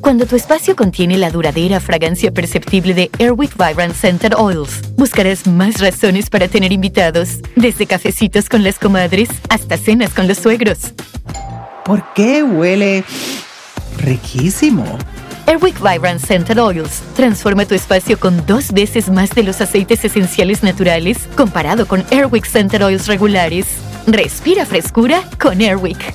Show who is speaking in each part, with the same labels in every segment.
Speaker 1: Cuando tu espacio contiene la duradera fragancia perceptible de Airwick Vibrant Scented Oils, buscarás más razones para tener invitados, desde cafecitos con las comadres hasta cenas con los suegros.
Speaker 2: ¿Por qué huele riquísimo?
Speaker 1: Airwick Vibrant Scented Oils transforma tu espacio con dos veces más de los aceites esenciales naturales comparado con Airwick Scented Oils regulares. Respira frescura con Airwick.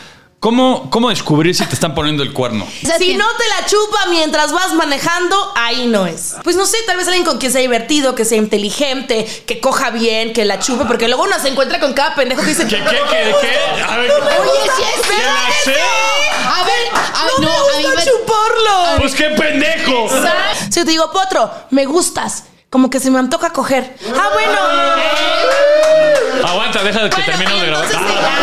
Speaker 3: cómo, cómo descubrir si te están poniendo el cuerno.
Speaker 4: O sea, si no te la chupa mientras vas manejando, ahí no es. Pues no sé, tal vez alguien con quien sea divertido, que sea inteligente, que coja bien, que la chupe, porque luego uno se encuentra con cada pendejo que dice...
Speaker 3: ¿Qué, qué, qué, qué? A ver,
Speaker 5: Oye, sí es
Speaker 3: ¿Qué
Speaker 5: verdad.
Speaker 3: la sé?
Speaker 5: A ver, ay,
Speaker 4: ¡No,
Speaker 5: no, a
Speaker 4: me
Speaker 5: mí
Speaker 4: gusta
Speaker 5: me-
Speaker 4: chuparlo!
Speaker 3: Pues qué pendejo.
Speaker 4: Si yo te digo, Potro, me gustas, como que se me antoja coger. ¡Ah, bueno!
Speaker 3: Aguanta, deja de que
Speaker 4: Bueno,
Speaker 3: termine
Speaker 4: y
Speaker 3: de
Speaker 4: entonces,
Speaker 3: grabar.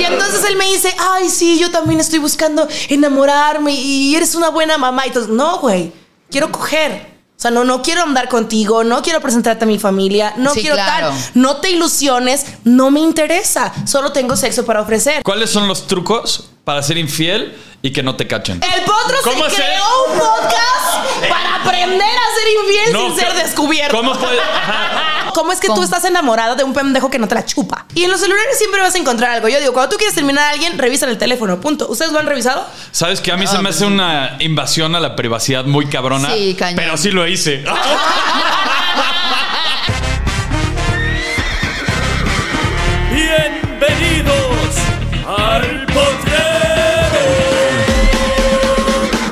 Speaker 4: y entonces él me dice, ay, sí, yo también estoy buscando enamorarme y eres una buena mamá. Y entonces, no, güey, quiero coger. O sea, no, no quiero andar contigo, no quiero presentarte a mi familia, no
Speaker 5: Sí,
Speaker 4: quiero
Speaker 5: claro.
Speaker 4: tal. No te ilusiones, no me interesa. Solo tengo sexo para ofrecer.
Speaker 3: ¿Cuáles son los trucos para ser infiel y que no te cachen?
Speaker 4: El potro se
Speaker 3: ¿Cómo
Speaker 4: creó
Speaker 3: hacer?
Speaker 4: un podcast para aprender a ser infiel
Speaker 3: No,
Speaker 4: sin ser
Speaker 3: ¿qué-
Speaker 4: descubierto.
Speaker 3: ¿Cómo puede- Ajá.
Speaker 4: ¿Cómo es que tú
Speaker 5: ¿Cómo?
Speaker 4: estás enamorada de un pendejo que no te la chupa? Y en los celulares siempre vas a encontrar algo. Yo digo, cuando tú quieres terminar a alguien, revisan el teléfono, punto. ¿Ustedes lo han revisado?
Speaker 3: Sabes que a mí se me hace una invasión a la privacidad muy cabrona.
Speaker 5: Sí, cañón.
Speaker 3: Pero sí lo hice.
Speaker 6: Bienvenidos al potrero.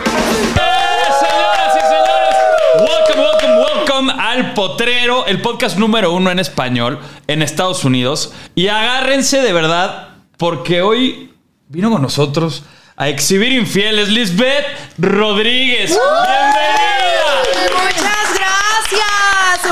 Speaker 3: Eh, Señoras y señores, welcome, welcome, welcome al Potrero, el podcast número uno en español en Estados Unidos. Y agárrense de verdad, porque hoy vino con nosotros a exhibir infieles Lisbeth Rodríguez.
Speaker 4: ¡Oh!
Speaker 3: ¡Bienvenida!
Speaker 4: Muchas gracias.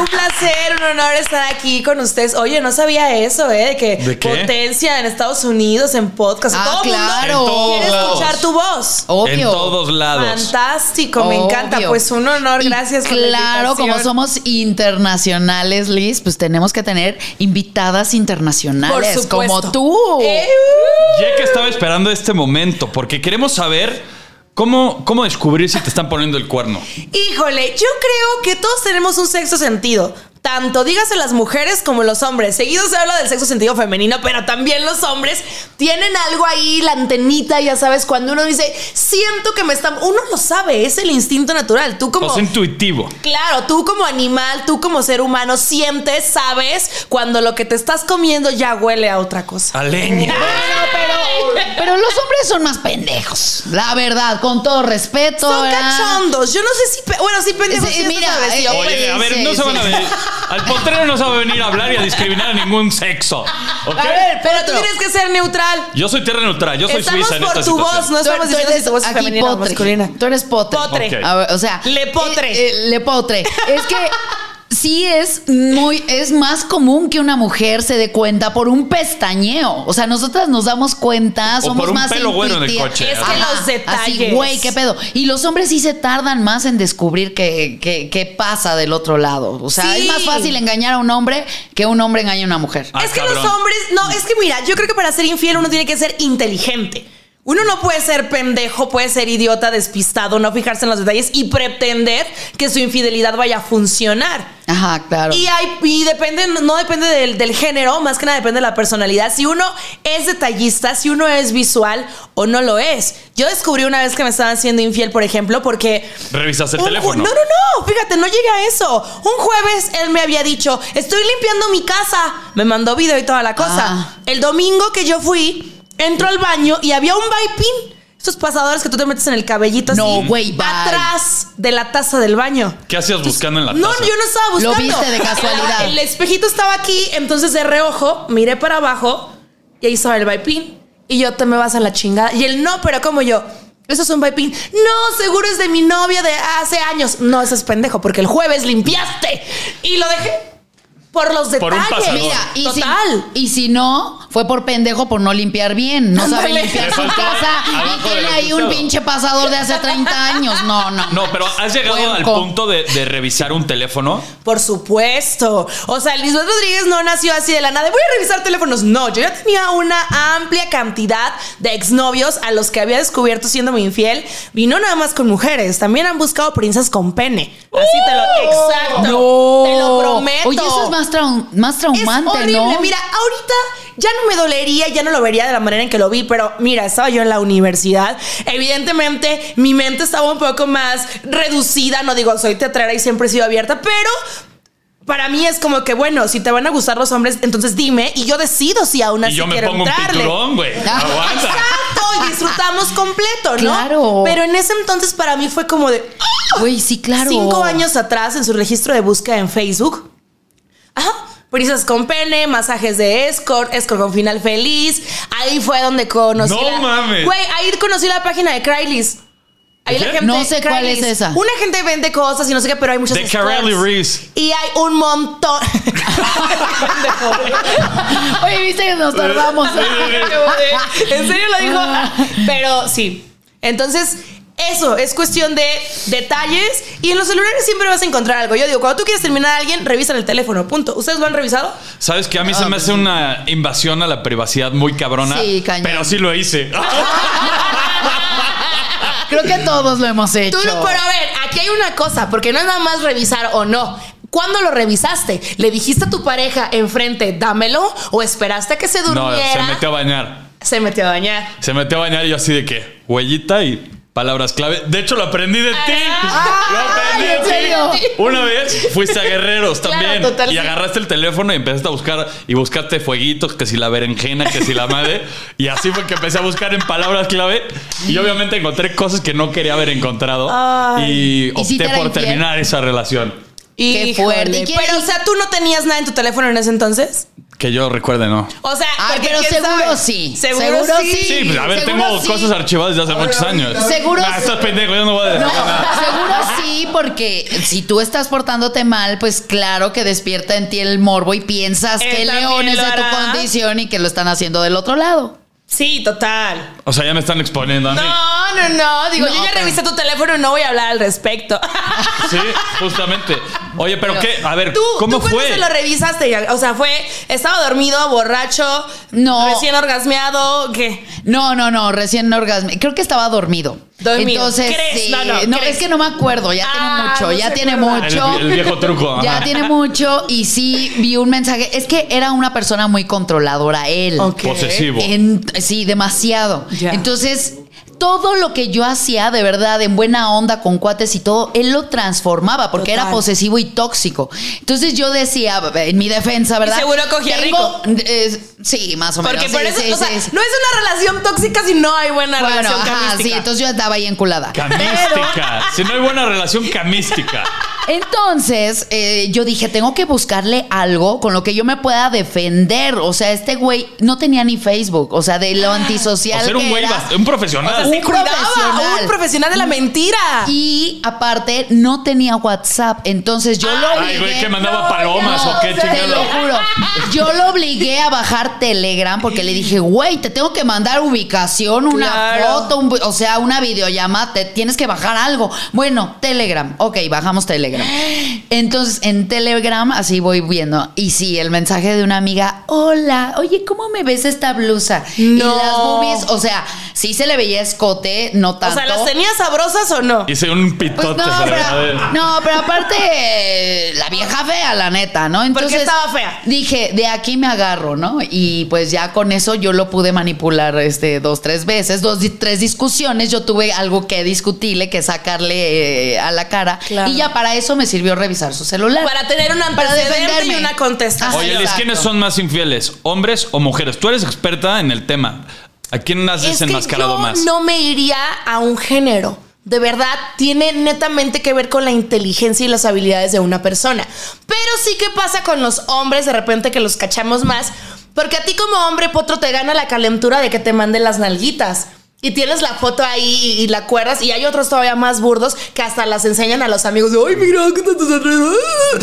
Speaker 4: Un placer, un honor estar aquí con ustedes. Oye, no sabía eso, ¿eh? De que
Speaker 3: ¿De qué?
Speaker 4: potencia en Estados Unidos, en podcast, en
Speaker 5: Ah,
Speaker 4: todo el
Speaker 5: claro.
Speaker 4: mundo
Speaker 3: En
Speaker 4: quiere
Speaker 3: todos lados.
Speaker 4: escuchar tu voz.
Speaker 5: Obvio.
Speaker 3: En todos lados.
Speaker 4: Fantástico, me encanta.
Speaker 5: Obvio.
Speaker 4: Pues un honor,
Speaker 5: Y
Speaker 4: gracias. por la
Speaker 5: Claro, como
Speaker 4: invitación.
Speaker 5: somos internacionales, Liz, pues tenemos que tener invitadas
Speaker 4: Por
Speaker 5: internacionales
Speaker 4: supuesto.
Speaker 5: como tú.
Speaker 4: Eh,
Speaker 3: Ya que estaba esperando este momento, porque queremos saber cómo, cómo descubrir si te están poniendo el cuerno.
Speaker 4: Híjole, yo creo que todos tenemos un sexto sentido. Tanto dígase las mujeres como los hombres. Seguido se habla del sexo sentido femenino, pero también los hombres tienen algo ahí, la antenita, ya sabes, cuando uno dice, siento que me están... Uno lo sabe, es el instinto natural. Tú como...
Speaker 3: O sea, intuitivo.
Speaker 4: Claro, tú como animal, tú como ser humano, sientes, sabes, cuando lo que te estás comiendo ya huele a otra cosa.
Speaker 3: A leña.
Speaker 5: Pero los hombres son más pendejos. La verdad, con todo respeto.
Speaker 4: Son
Speaker 5: ¿verdad?
Speaker 4: cachondos. Yo no sé si... pe- Bueno, sí, pendejo.
Speaker 5: Ah. Sí,
Speaker 4: sí,
Speaker 5: mira,
Speaker 4: esto sabes,
Speaker 5: eh,
Speaker 4: yo,
Speaker 5: eh,
Speaker 4: pues,
Speaker 3: Oye, a ver,
Speaker 5: sí,
Speaker 3: no se
Speaker 5: sí.
Speaker 3: van a venir. Al potrero no se va a venir a hablar y a discriminar a ningún sexo. ¿Ok?
Speaker 5: A ver,
Speaker 4: Pero tú
Speaker 5: Potro.
Speaker 4: tienes que ser neutral.
Speaker 3: Yo soy tierra neutral, yo soy
Speaker 4: Estamos
Speaker 3: suiza en
Speaker 4: por
Speaker 3: esta
Speaker 4: tu
Speaker 3: situación.
Speaker 4: voz, no
Speaker 5: Tú-
Speaker 4: estamos
Speaker 5: tú
Speaker 4: diciendo si
Speaker 5: eres
Speaker 4: tu voz es
Speaker 5: aquí
Speaker 4: femenina o
Speaker 5: potre.
Speaker 4: masculina.
Speaker 5: Tú eres potre.
Speaker 4: Potre.
Speaker 3: Ok.
Speaker 5: A ver, o sea.
Speaker 4: Le potre.
Speaker 5: eh, eh, le potre. Es que sí es muy. Es más común que una mujer se dé cuenta por un pestañeo. O sea, nosotras nos damos cuenta,
Speaker 3: O
Speaker 5: somos
Speaker 3: por un
Speaker 5: más
Speaker 3: pelo güero en el
Speaker 5: intuitivas.
Speaker 3: coche. Es
Speaker 4: que los detalles.
Speaker 5: Así, güey, qué pedo. Y los hombres sí se tardan más en descubrir qué, qué, qué pasa del otro lado. O sea,
Speaker 4: Sí.
Speaker 5: es más fácil engañar a un hombre que un hombre engañe a una mujer.
Speaker 3: Ah,
Speaker 4: es que los
Speaker 3: cabrón.
Speaker 4: hombres, no, es que mira, yo creo que para ser infiel uno tiene que ser inteligente. Uno no puede ser pendejo, puede ser idiota, despistado, no fijarse en los detalles y pretender que su infidelidad vaya a funcionar.
Speaker 5: Ajá, claro.
Speaker 4: Y, hay, y depende, no depende del, del género, más que nada depende de la personalidad. Si uno es detallista, si uno es visual o no lo es. Yo descubrí una vez que me estaban siendo infiel, por ejemplo, porque.
Speaker 3: Revisas el
Speaker 4: un ju-
Speaker 3: teléfono.
Speaker 4: No, no, no, fíjate, no llegué a eso. Un jueves él me había dicho, estoy limpiando mi casa. Me mandó video y toda la cosa.
Speaker 5: Ah.
Speaker 4: El domingo que yo fui, entro al baño y había un vaipín. Estos pasadores que tú te metes en el cabellito
Speaker 5: No,
Speaker 4: así,
Speaker 5: güey, bye.
Speaker 4: atrás de la taza del baño.
Speaker 3: ¿Qué hacías buscando en la taza?
Speaker 4: Pues, No, yo no estaba buscando.
Speaker 5: Lo viste de casualidad.
Speaker 4: El espejito estaba aquí, entonces de reojo miré para abajo y ahí estaba el vaipín. Y yo, te me vas a la chingada. Y él, no, pero como yo, eso es un vaipín. No, seguro es de mi novia de hace años. No, eso es pendejo, porque el jueves limpiaste. Y lo dejé por los detalles.
Speaker 3: Por un pasador.
Speaker 5: Mira, y
Speaker 4: Total.
Speaker 5: Si, y si no, fue por pendejo por no limpiar bien. No sabe
Speaker 4: Ándale.
Speaker 5: limpiar su
Speaker 3: Exacto.
Speaker 5: casa y
Speaker 3: Abajo
Speaker 5: tiene
Speaker 3: del
Speaker 5: ahí un
Speaker 3: excusado.
Speaker 5: pinche pasador de hace 30 años. No, no.
Speaker 3: No, pero has llegado
Speaker 5: Puerco.
Speaker 3: al punto de, de revisar un teléfono.
Speaker 4: Por supuesto. O sea, Lisbeth Rodríguez no nació así de la nada. Voy a revisar teléfonos. No, yo ya tenía una amplia cantidad de exnovios a los que había descubierto siendo muy infiel. Y no nada más con mujeres. También han buscado princesas con pene. Así te lo. Exacto. Te lo prometo.
Speaker 5: ¡Uh! Oye, eso es más, trau- más
Speaker 4: Es
Speaker 5: traumante,
Speaker 4: horrible.
Speaker 5: ¿no?
Speaker 4: Mira, ahorita ya no me dolería, ya no lo vería de la manera en que lo vi, pero mira, estaba yo en la universidad. Evidentemente, mi mente estaba un poco más reducida. No digo, soy teatrera y siempre he sido abierta, pero. Para mí es como que, bueno, si te van a gustar los hombres, entonces dime y yo decido si aún así
Speaker 3: y yo me
Speaker 4: quiero
Speaker 3: pongo un
Speaker 4: entrarle.
Speaker 3: pinturón, güey. Aguanta.
Speaker 4: Exacto, y disfrutamos completo, ¿no?
Speaker 5: Claro.
Speaker 4: Pero en ese entonces para mí fue como de, ¡ah!
Speaker 5: Güey, sí, claro.
Speaker 4: Cinco años atrás, en su registro de búsqueda en Facebook. Ajá. Prisas con pene, masajes de escort, escort con final feliz. Ahí fue donde conocí.
Speaker 3: No
Speaker 4: la-
Speaker 3: mames.
Speaker 4: Güey, ahí conocí la página de Craigslist. Ahí la
Speaker 3: ¿De qué?
Speaker 4: gente
Speaker 5: No sé cuál es
Speaker 4: Craigslist.
Speaker 5: esa.
Speaker 4: Una gente vende cosas y no sé qué, pero hay muchas
Speaker 3: De
Speaker 4: escorts.
Speaker 3: Carelli Reese.
Speaker 4: Y hay un montón. Pendejo, güey.
Speaker 5: Oye, viste que nos tardamos.
Speaker 4: en serio lo dijo. Pero sí. Entonces, eso es cuestión de detalles. Y en los celulares siempre vas a encontrar algo. Yo digo, cuando tú quieres terminar a alguien, revisan el teléfono. Punto. ¿Ustedes lo han revisado?
Speaker 3: Sabes que a mí se me hace una invasión a la privacidad muy cabrona.
Speaker 5: Sí, cañón.
Speaker 3: Pero sí lo hice.
Speaker 5: Creo que todos lo hemos hecho.
Speaker 4: Tú no, pero a ver, aquí hay una cosa, porque no es nada más revisar o no. ¿Cuándo lo revisaste? ¿Le dijiste a tu pareja enfrente, dámelo? ¿O esperaste a que se
Speaker 3: No,
Speaker 4: durmiera?
Speaker 3: se metió a bañar.
Speaker 4: Se metió a bañar.
Speaker 3: Se metió a bañar y yo así de que, huellita y palabras clave. De hecho, lo aprendí de ti. Lo aprendí
Speaker 5: ¿en serio?
Speaker 3: de ti. Una vez fuiste a Guerreros
Speaker 4: Claro,
Speaker 3: también.
Speaker 4: total,
Speaker 3: y
Speaker 4: sí.
Speaker 3: agarraste el teléfono y empezaste a buscar y buscaste fueguitos, que si la berenjena, que si la madre. Y así fue que empecé a buscar en palabras clave. Y obviamente encontré cosas que no quería haber encontrado. Y
Speaker 5: ¿Y si
Speaker 3: opté
Speaker 5: te era
Speaker 3: por
Speaker 5: infiel?
Speaker 3: terminar esa relación.
Speaker 4: Qué
Speaker 5: fuerte. ¿Y quién-
Speaker 4: Pero, o sea, ¿tú no tenías nada en tu teléfono en ese entonces?
Speaker 3: Que yo recuerde, no.
Speaker 4: O sea,
Speaker 5: Ay,
Speaker 4: porque
Speaker 5: pero
Speaker 4: quién
Speaker 5: seguro
Speaker 4: sabe.
Speaker 5: sí.
Speaker 4: Seguro,
Speaker 5: Seguro
Speaker 4: sí.
Speaker 5: sí.
Speaker 3: Sí, pues, a ver,
Speaker 5: seguro
Speaker 3: tengo
Speaker 5: sí.
Speaker 3: cosas archivadas desde hace muchos años.
Speaker 5: Seguro
Speaker 3: Ah,
Speaker 5: sí.
Speaker 3: estás pendejo, yo no voy a
Speaker 5: No,
Speaker 3: decir nada.
Speaker 5: seguro sí, porque si tú estás portándote mal, pues claro que despierta en ti el morbo y piensas
Speaker 4: Él
Speaker 5: que el
Speaker 4: también
Speaker 5: león es
Speaker 4: lo
Speaker 5: de tu
Speaker 4: hará.
Speaker 5: condición y que lo están haciendo del otro lado.
Speaker 4: Sí, total.
Speaker 3: O sea, ya me están exponiendo a mí.
Speaker 4: No, no, no. Digo,
Speaker 5: No,
Speaker 4: yo ya
Speaker 5: pero-
Speaker 4: revisé tu teléfono y no voy a hablar al respecto.
Speaker 3: Sí, justamente. Oye, pero, qué, a ver,
Speaker 4: ¿Tú,
Speaker 3: ¿cómo
Speaker 4: ¿tú cuándo
Speaker 3: fue?
Speaker 4: se lo revisaste? O sea, fue, estaba dormido, borracho,
Speaker 5: No.
Speaker 4: recién orgasmeado, ¿qué?
Speaker 5: No, no, no, recién orgasmo. Creo que estaba dormido.
Speaker 4: Dormido.
Speaker 5: Entonces,
Speaker 4: ¿Crees?
Speaker 5: sí.
Speaker 4: No, no, ¿crees?
Speaker 5: es que no me acuerdo, ya
Speaker 4: Ah,
Speaker 5: tiene mucho,
Speaker 4: no
Speaker 5: ya
Speaker 4: se
Speaker 5: tiene
Speaker 4: acuerda.
Speaker 3: el,
Speaker 5: mucho.
Speaker 3: el viejo truco. ajá.
Speaker 5: Ya tiene mucho y sí vi un mensaje. Es que era una persona muy controladora él.
Speaker 4: Ok.
Speaker 3: Posesivo.
Speaker 5: En- sí, demasiado.
Speaker 4: Ya.
Speaker 5: Entonces, todo lo que yo hacía de verdad, en buena onda, con cuates y todo, él lo transformaba porque
Speaker 4: Total.
Speaker 5: era posesivo y tóxico. Entonces yo decía, en mi defensa, ¿verdad?
Speaker 4: seguro cogía
Speaker 5: Tengo- eh, sí, más o
Speaker 4: Porque
Speaker 5: menos.
Speaker 4: por
Speaker 5: Sí,
Speaker 4: eso,
Speaker 5: sí,
Speaker 4: o sea,
Speaker 5: sí, sí.
Speaker 4: no es una relación tóxica si no hay buena
Speaker 5: Bueno,
Speaker 4: relación
Speaker 5: ajá, sí,
Speaker 4: camística.
Speaker 5: entonces yo andaba ahí enculada.
Speaker 3: Camística. Si no hay buena relación, camística.
Speaker 5: Entonces, eh, yo dije, tengo que buscarle algo con lo que yo me pueda defender. O sea, este güey no tenía ni Facebook. O sea, de
Speaker 3: Ah.
Speaker 5: lo
Speaker 3: O
Speaker 5: antisocial
Speaker 3: ser un
Speaker 5: que
Speaker 3: güey,
Speaker 5: era.
Speaker 3: bast- un profesional.
Speaker 4: O sea, se
Speaker 5: un
Speaker 4: cuidaba,
Speaker 5: profesional.
Speaker 4: un profesional de la mentira.
Speaker 5: Y aparte, no tenía WhatsApp. Entonces yo lo
Speaker 3: Ah, Ay,
Speaker 5: obligué.
Speaker 3: güey, que mandaba palomas
Speaker 5: no,
Speaker 3: o qué
Speaker 5: Te lo
Speaker 3: chingado.
Speaker 5: juro. Yo lo obligué a bajar Telegram porque le dije, güey, te tengo que mandar ubicación, una
Speaker 4: Claro.
Speaker 5: foto, un vi- o sea, una videollamada. Te tienes que bajar algo. Bueno, Telegram. Ok, bajamos Telegram. Entonces, en Telegram, así voy viendo. Y sí, el mensaje de una amiga: Hola, oye, ¿cómo me ves esta blusa? Y
Speaker 4: No.
Speaker 5: las boobies, o sea, sí se le veía escote, no
Speaker 4: O
Speaker 5: tanto.
Speaker 4: sea, ¿las tenías sabrosas o no?
Speaker 3: Hice un
Speaker 5: Pues
Speaker 3: pitote.
Speaker 5: no,
Speaker 3: ¿verdad?
Speaker 5: pero, no, pero aparte, eh, la vieja fea, la neta, ¿no? Entonces.
Speaker 4: estaba fea?
Speaker 5: Dije, de aquí me agarro, ¿no? Y pues ya con eso yo lo pude manipular este, dos, tres veces, dos, di- tres discusiones. Yo tuve algo que discutirle, que sacarle eh, a la cara.
Speaker 4: Claro.
Speaker 5: Y ya para eso me sirvió revisar su celular.
Speaker 4: Para tener una
Speaker 5: Para
Speaker 4: antecedente y
Speaker 5: defenderme.
Speaker 4: una contestación.
Speaker 5: Ajá,
Speaker 3: Oye, Liz,
Speaker 5: exacto.
Speaker 3: ¿quiénes son más infieles? ¿Hombres o mujeres? Tú eres experta en el tema. ¿A quién has
Speaker 4: es que
Speaker 3: desenmascarado
Speaker 4: yo
Speaker 3: más?
Speaker 4: no me iría a un género. De verdad, tiene netamente que ver con la inteligencia y las habilidades de una persona. Pero sí que pasa con los hombres de repente que los cachamos más. Porque a ti como hombre, Potro, te gana la calentura de que te manden las nalguitas. Y tienes la foto ahí y, y la cuerdas. Y hay otros todavía más burdos que hasta las enseñan a los amigos. De, Ay, mira, qué tanto se ríe".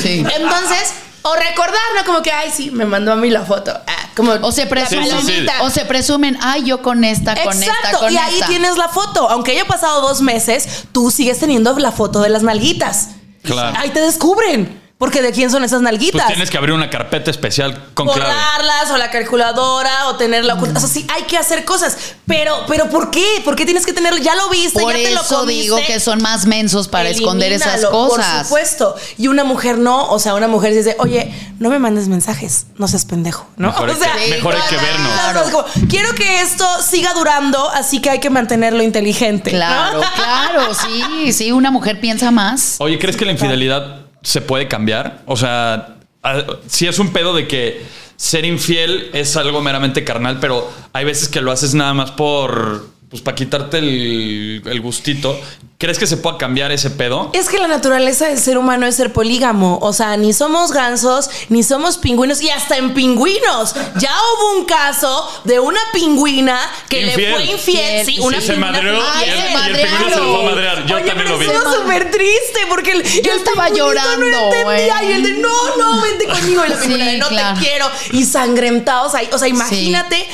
Speaker 5: Sí.
Speaker 4: Entonces, O recordarlo como que, ay, sí, me mandó a mí la foto. Ah, como
Speaker 5: O se presumen,
Speaker 3: sí, sí.
Speaker 4: palomita.
Speaker 5: o se presumen, ay, yo con esta, con esta,
Speaker 4: Exacto,
Speaker 5: con
Speaker 4: y
Speaker 5: esta.
Speaker 4: ahí tienes la foto. Aunque haya pasado dos meses, tú sigues teniendo la foto de las nalguitas.
Speaker 3: Claro.
Speaker 4: Ahí te descubren. Porque de quién son esas
Speaker 3: Pues
Speaker 4: nalguitas.
Speaker 3: tienes que abrir una carpeta especial con clave.
Speaker 4: borrarlas o la calculadora o tenerla oculta. O sea, sí, hay que hacer cosas. Pero, pero ¿por qué? ¿Por qué tienes que tenerlo? Ya lo viste,
Speaker 5: Por
Speaker 4: ya te lo
Speaker 5: eso
Speaker 4: comiste.
Speaker 5: digo que son más mensos para esconder esas
Speaker 4: Elimínalo, Por
Speaker 5: cosas.
Speaker 4: supuesto. Y una mujer no, o sea, una mujer dice, oye, no me mandes mensajes, no seas pendejo, ¿no?
Speaker 3: Mejor
Speaker 4: o
Speaker 3: hay que-
Speaker 4: sea,
Speaker 3: mejor hay que vernos.
Speaker 4: claro, es como, Quiero que esto siga durando, así que hay que mantenerlo inteligente. ¿no?
Speaker 5: Claro, claro, sí, sí, una mujer piensa más.
Speaker 3: Oye, ¿crees que la infidelidad se puede cambiar? O sea, a- si es un pedo de que ser infiel es algo meramente carnal, pero hay veces que lo haces nada más por. Pues para quitarte el, el gustito. ¿Crees que se pueda cambiar ese pedo?
Speaker 4: Es que la naturaleza del ser humano es ser polígamo. O sea, ni somos gansos, ni somos pingüinos, y hasta en pingüinos. Ya hubo un caso de una pingüina que
Speaker 3: Infiel.
Speaker 4: le fue infiel.
Speaker 5: Fiel,
Speaker 4: Sí,
Speaker 5: sí,
Speaker 4: una
Speaker 5: se
Speaker 4: pingüina.
Speaker 5: madreó y
Speaker 4: se
Speaker 5: el- y el pingüino
Speaker 4: madrearon.
Speaker 5: se lo fue a
Speaker 3: madrear. Yo
Speaker 4: Oye,
Speaker 3: también
Speaker 4: pero
Speaker 3: lo vi.
Speaker 4: estuvo súper triste porque el, el
Speaker 5: estaba
Speaker 4: pingüinito
Speaker 5: llorando,
Speaker 4: No entendía.
Speaker 5: güey.
Speaker 4: Y el de no, no, vente conmigo. Y la
Speaker 5: Sí,
Speaker 4: pingüina de no
Speaker 5: claro.
Speaker 4: te quiero. Y sangrentados ahí. O sea, imagínate.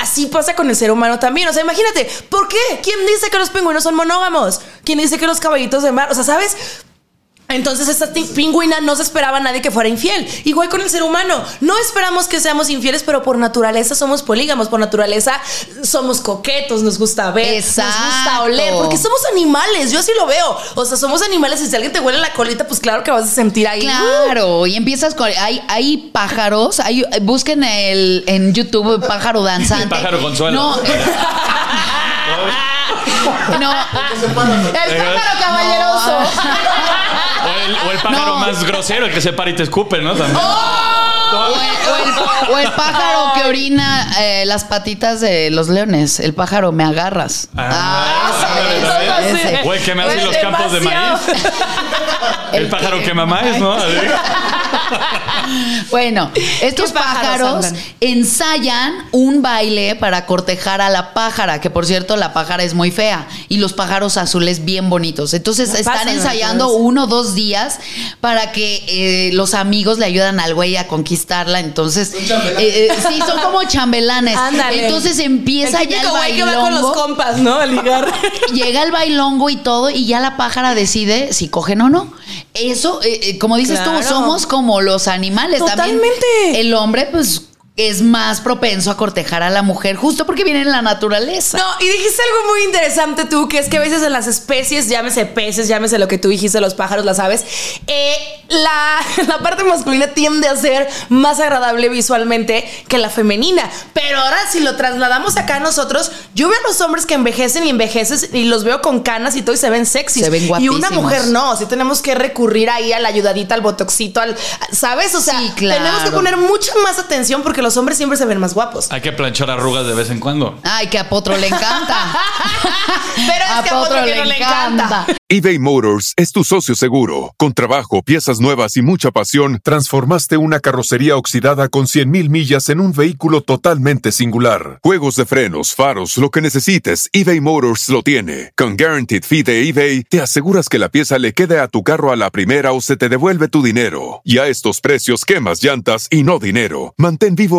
Speaker 4: Así pasa con el ser humano también. O sea, imagínate, ¿por qué? ¿Quién dice que los pingüinos son monógamos? ¿Quién dice que los caballitos de mar? O sea, ¿sabes? Entonces esta ti- pingüina no se esperaba a nadie que fuera infiel. Igual con el ser humano. No esperamos que seamos infieles, pero por naturaleza somos polígamos. Por naturaleza somos coquetos, nos gusta ver, nos gusta
Speaker 5: Exacto.
Speaker 4: oler. Porque somos animales, yo así lo veo. O sea, somos animales y si alguien te huele la colita, pues claro que vas a sentir ahí.
Speaker 5: Claro, y empiezas con. Hay, hay pájaros, hay, busquen el, en YouTube pájaro danzante.
Speaker 3: El pájaro Consuelo.
Speaker 5: No, no.
Speaker 4: El pájaro
Speaker 5: No.
Speaker 4: caballeroso.
Speaker 3: O el, o el pájaro
Speaker 5: No.
Speaker 3: más grosero, el que se para y te escupe, ¿no? También. Ah,
Speaker 5: O el, o el- o el pájaro que orina eh, las patitas de los leones. El pájaro me agarras.
Speaker 3: Ah,
Speaker 5: ese,
Speaker 3: ándale,
Speaker 5: ese,
Speaker 3: ándale.
Speaker 5: ese.
Speaker 3: Güey, que me hacen
Speaker 4: Es
Speaker 3: los campos de maíz.
Speaker 4: pues demasiado.
Speaker 3: El,
Speaker 5: El
Speaker 3: pájaro
Speaker 5: que-
Speaker 3: que mamá es, ¿no?
Speaker 5: Bueno, estos
Speaker 4: ¿Qué pájaros
Speaker 5: pájaros
Speaker 4: andan?
Speaker 5: ensayan un baile para cortejar a la pájara, que por cierto la pájara es muy fea y los pájaros azules bien bonitos. Entonces
Speaker 4: La
Speaker 5: están
Speaker 4: pasan,
Speaker 5: ensayando
Speaker 4: entonces.
Speaker 5: uno o dos días para que eh, los amigos le ayudan al güey a conquistarla. Entonces, eh, eh, sí, son como chambelanes.
Speaker 4: Ándale.
Speaker 5: Entonces empieza
Speaker 4: El
Speaker 5: ya el
Speaker 4: típico güey que va
Speaker 5: bailongo.
Speaker 4: con los compas, ¿no? A ligar.
Speaker 5: Llega el bailongo y todo, y ya la pájara decide si cogen o no. Eso, eh, eh, como dices
Speaker 4: Claro.
Speaker 5: tú, somos como los animales también.
Speaker 4: Totalmente.
Speaker 5: El hombre, pues, es más propenso a cortejar a la mujer, justo porque viene en la naturaleza.
Speaker 4: No, y dijiste algo muy interesante tú, que es que a veces en las especies, llámese peces, llámese lo que tú dijiste, los pájaros, las aves, eh, la, la parte masculina tiende a ser más agradable visualmente que la femenina. Pero ahora si lo trasladamos acá a nosotros, yo veo a los hombres que envejecen y envejecen y los veo con canas y todo y se ven sexys.
Speaker 5: Se ven
Speaker 4: Y una
Speaker 5: guapísimos.
Speaker 4: mujer no, si tenemos que recurrir ahí a la ayudadita, al botoxito, al, ¿sabes? O sea,
Speaker 5: Sí, claro.
Speaker 4: tenemos que poner mucha más atención porque los hombres siempre se ven más guapos.
Speaker 3: Hay que planchar arrugas de vez en cuando.
Speaker 5: Ay, que a Potro le encanta.
Speaker 4: Pero es que a Potro que no le encanta.
Speaker 7: eBay Motors es tu socio seguro. Con trabajo, piezas nuevas y mucha pasión, transformaste una carrocería oxidada con 100.000 millas en un vehículo totalmente singular. Juegos de frenos, faros, lo que necesites, eBay Motors lo tiene. Con Guaranteed Fee de eBay, te aseguras que la pieza le quede a tu carro a la primera o se te devuelve tu dinero. Y a estos precios, quemas llantas y no dinero. Mantén vivo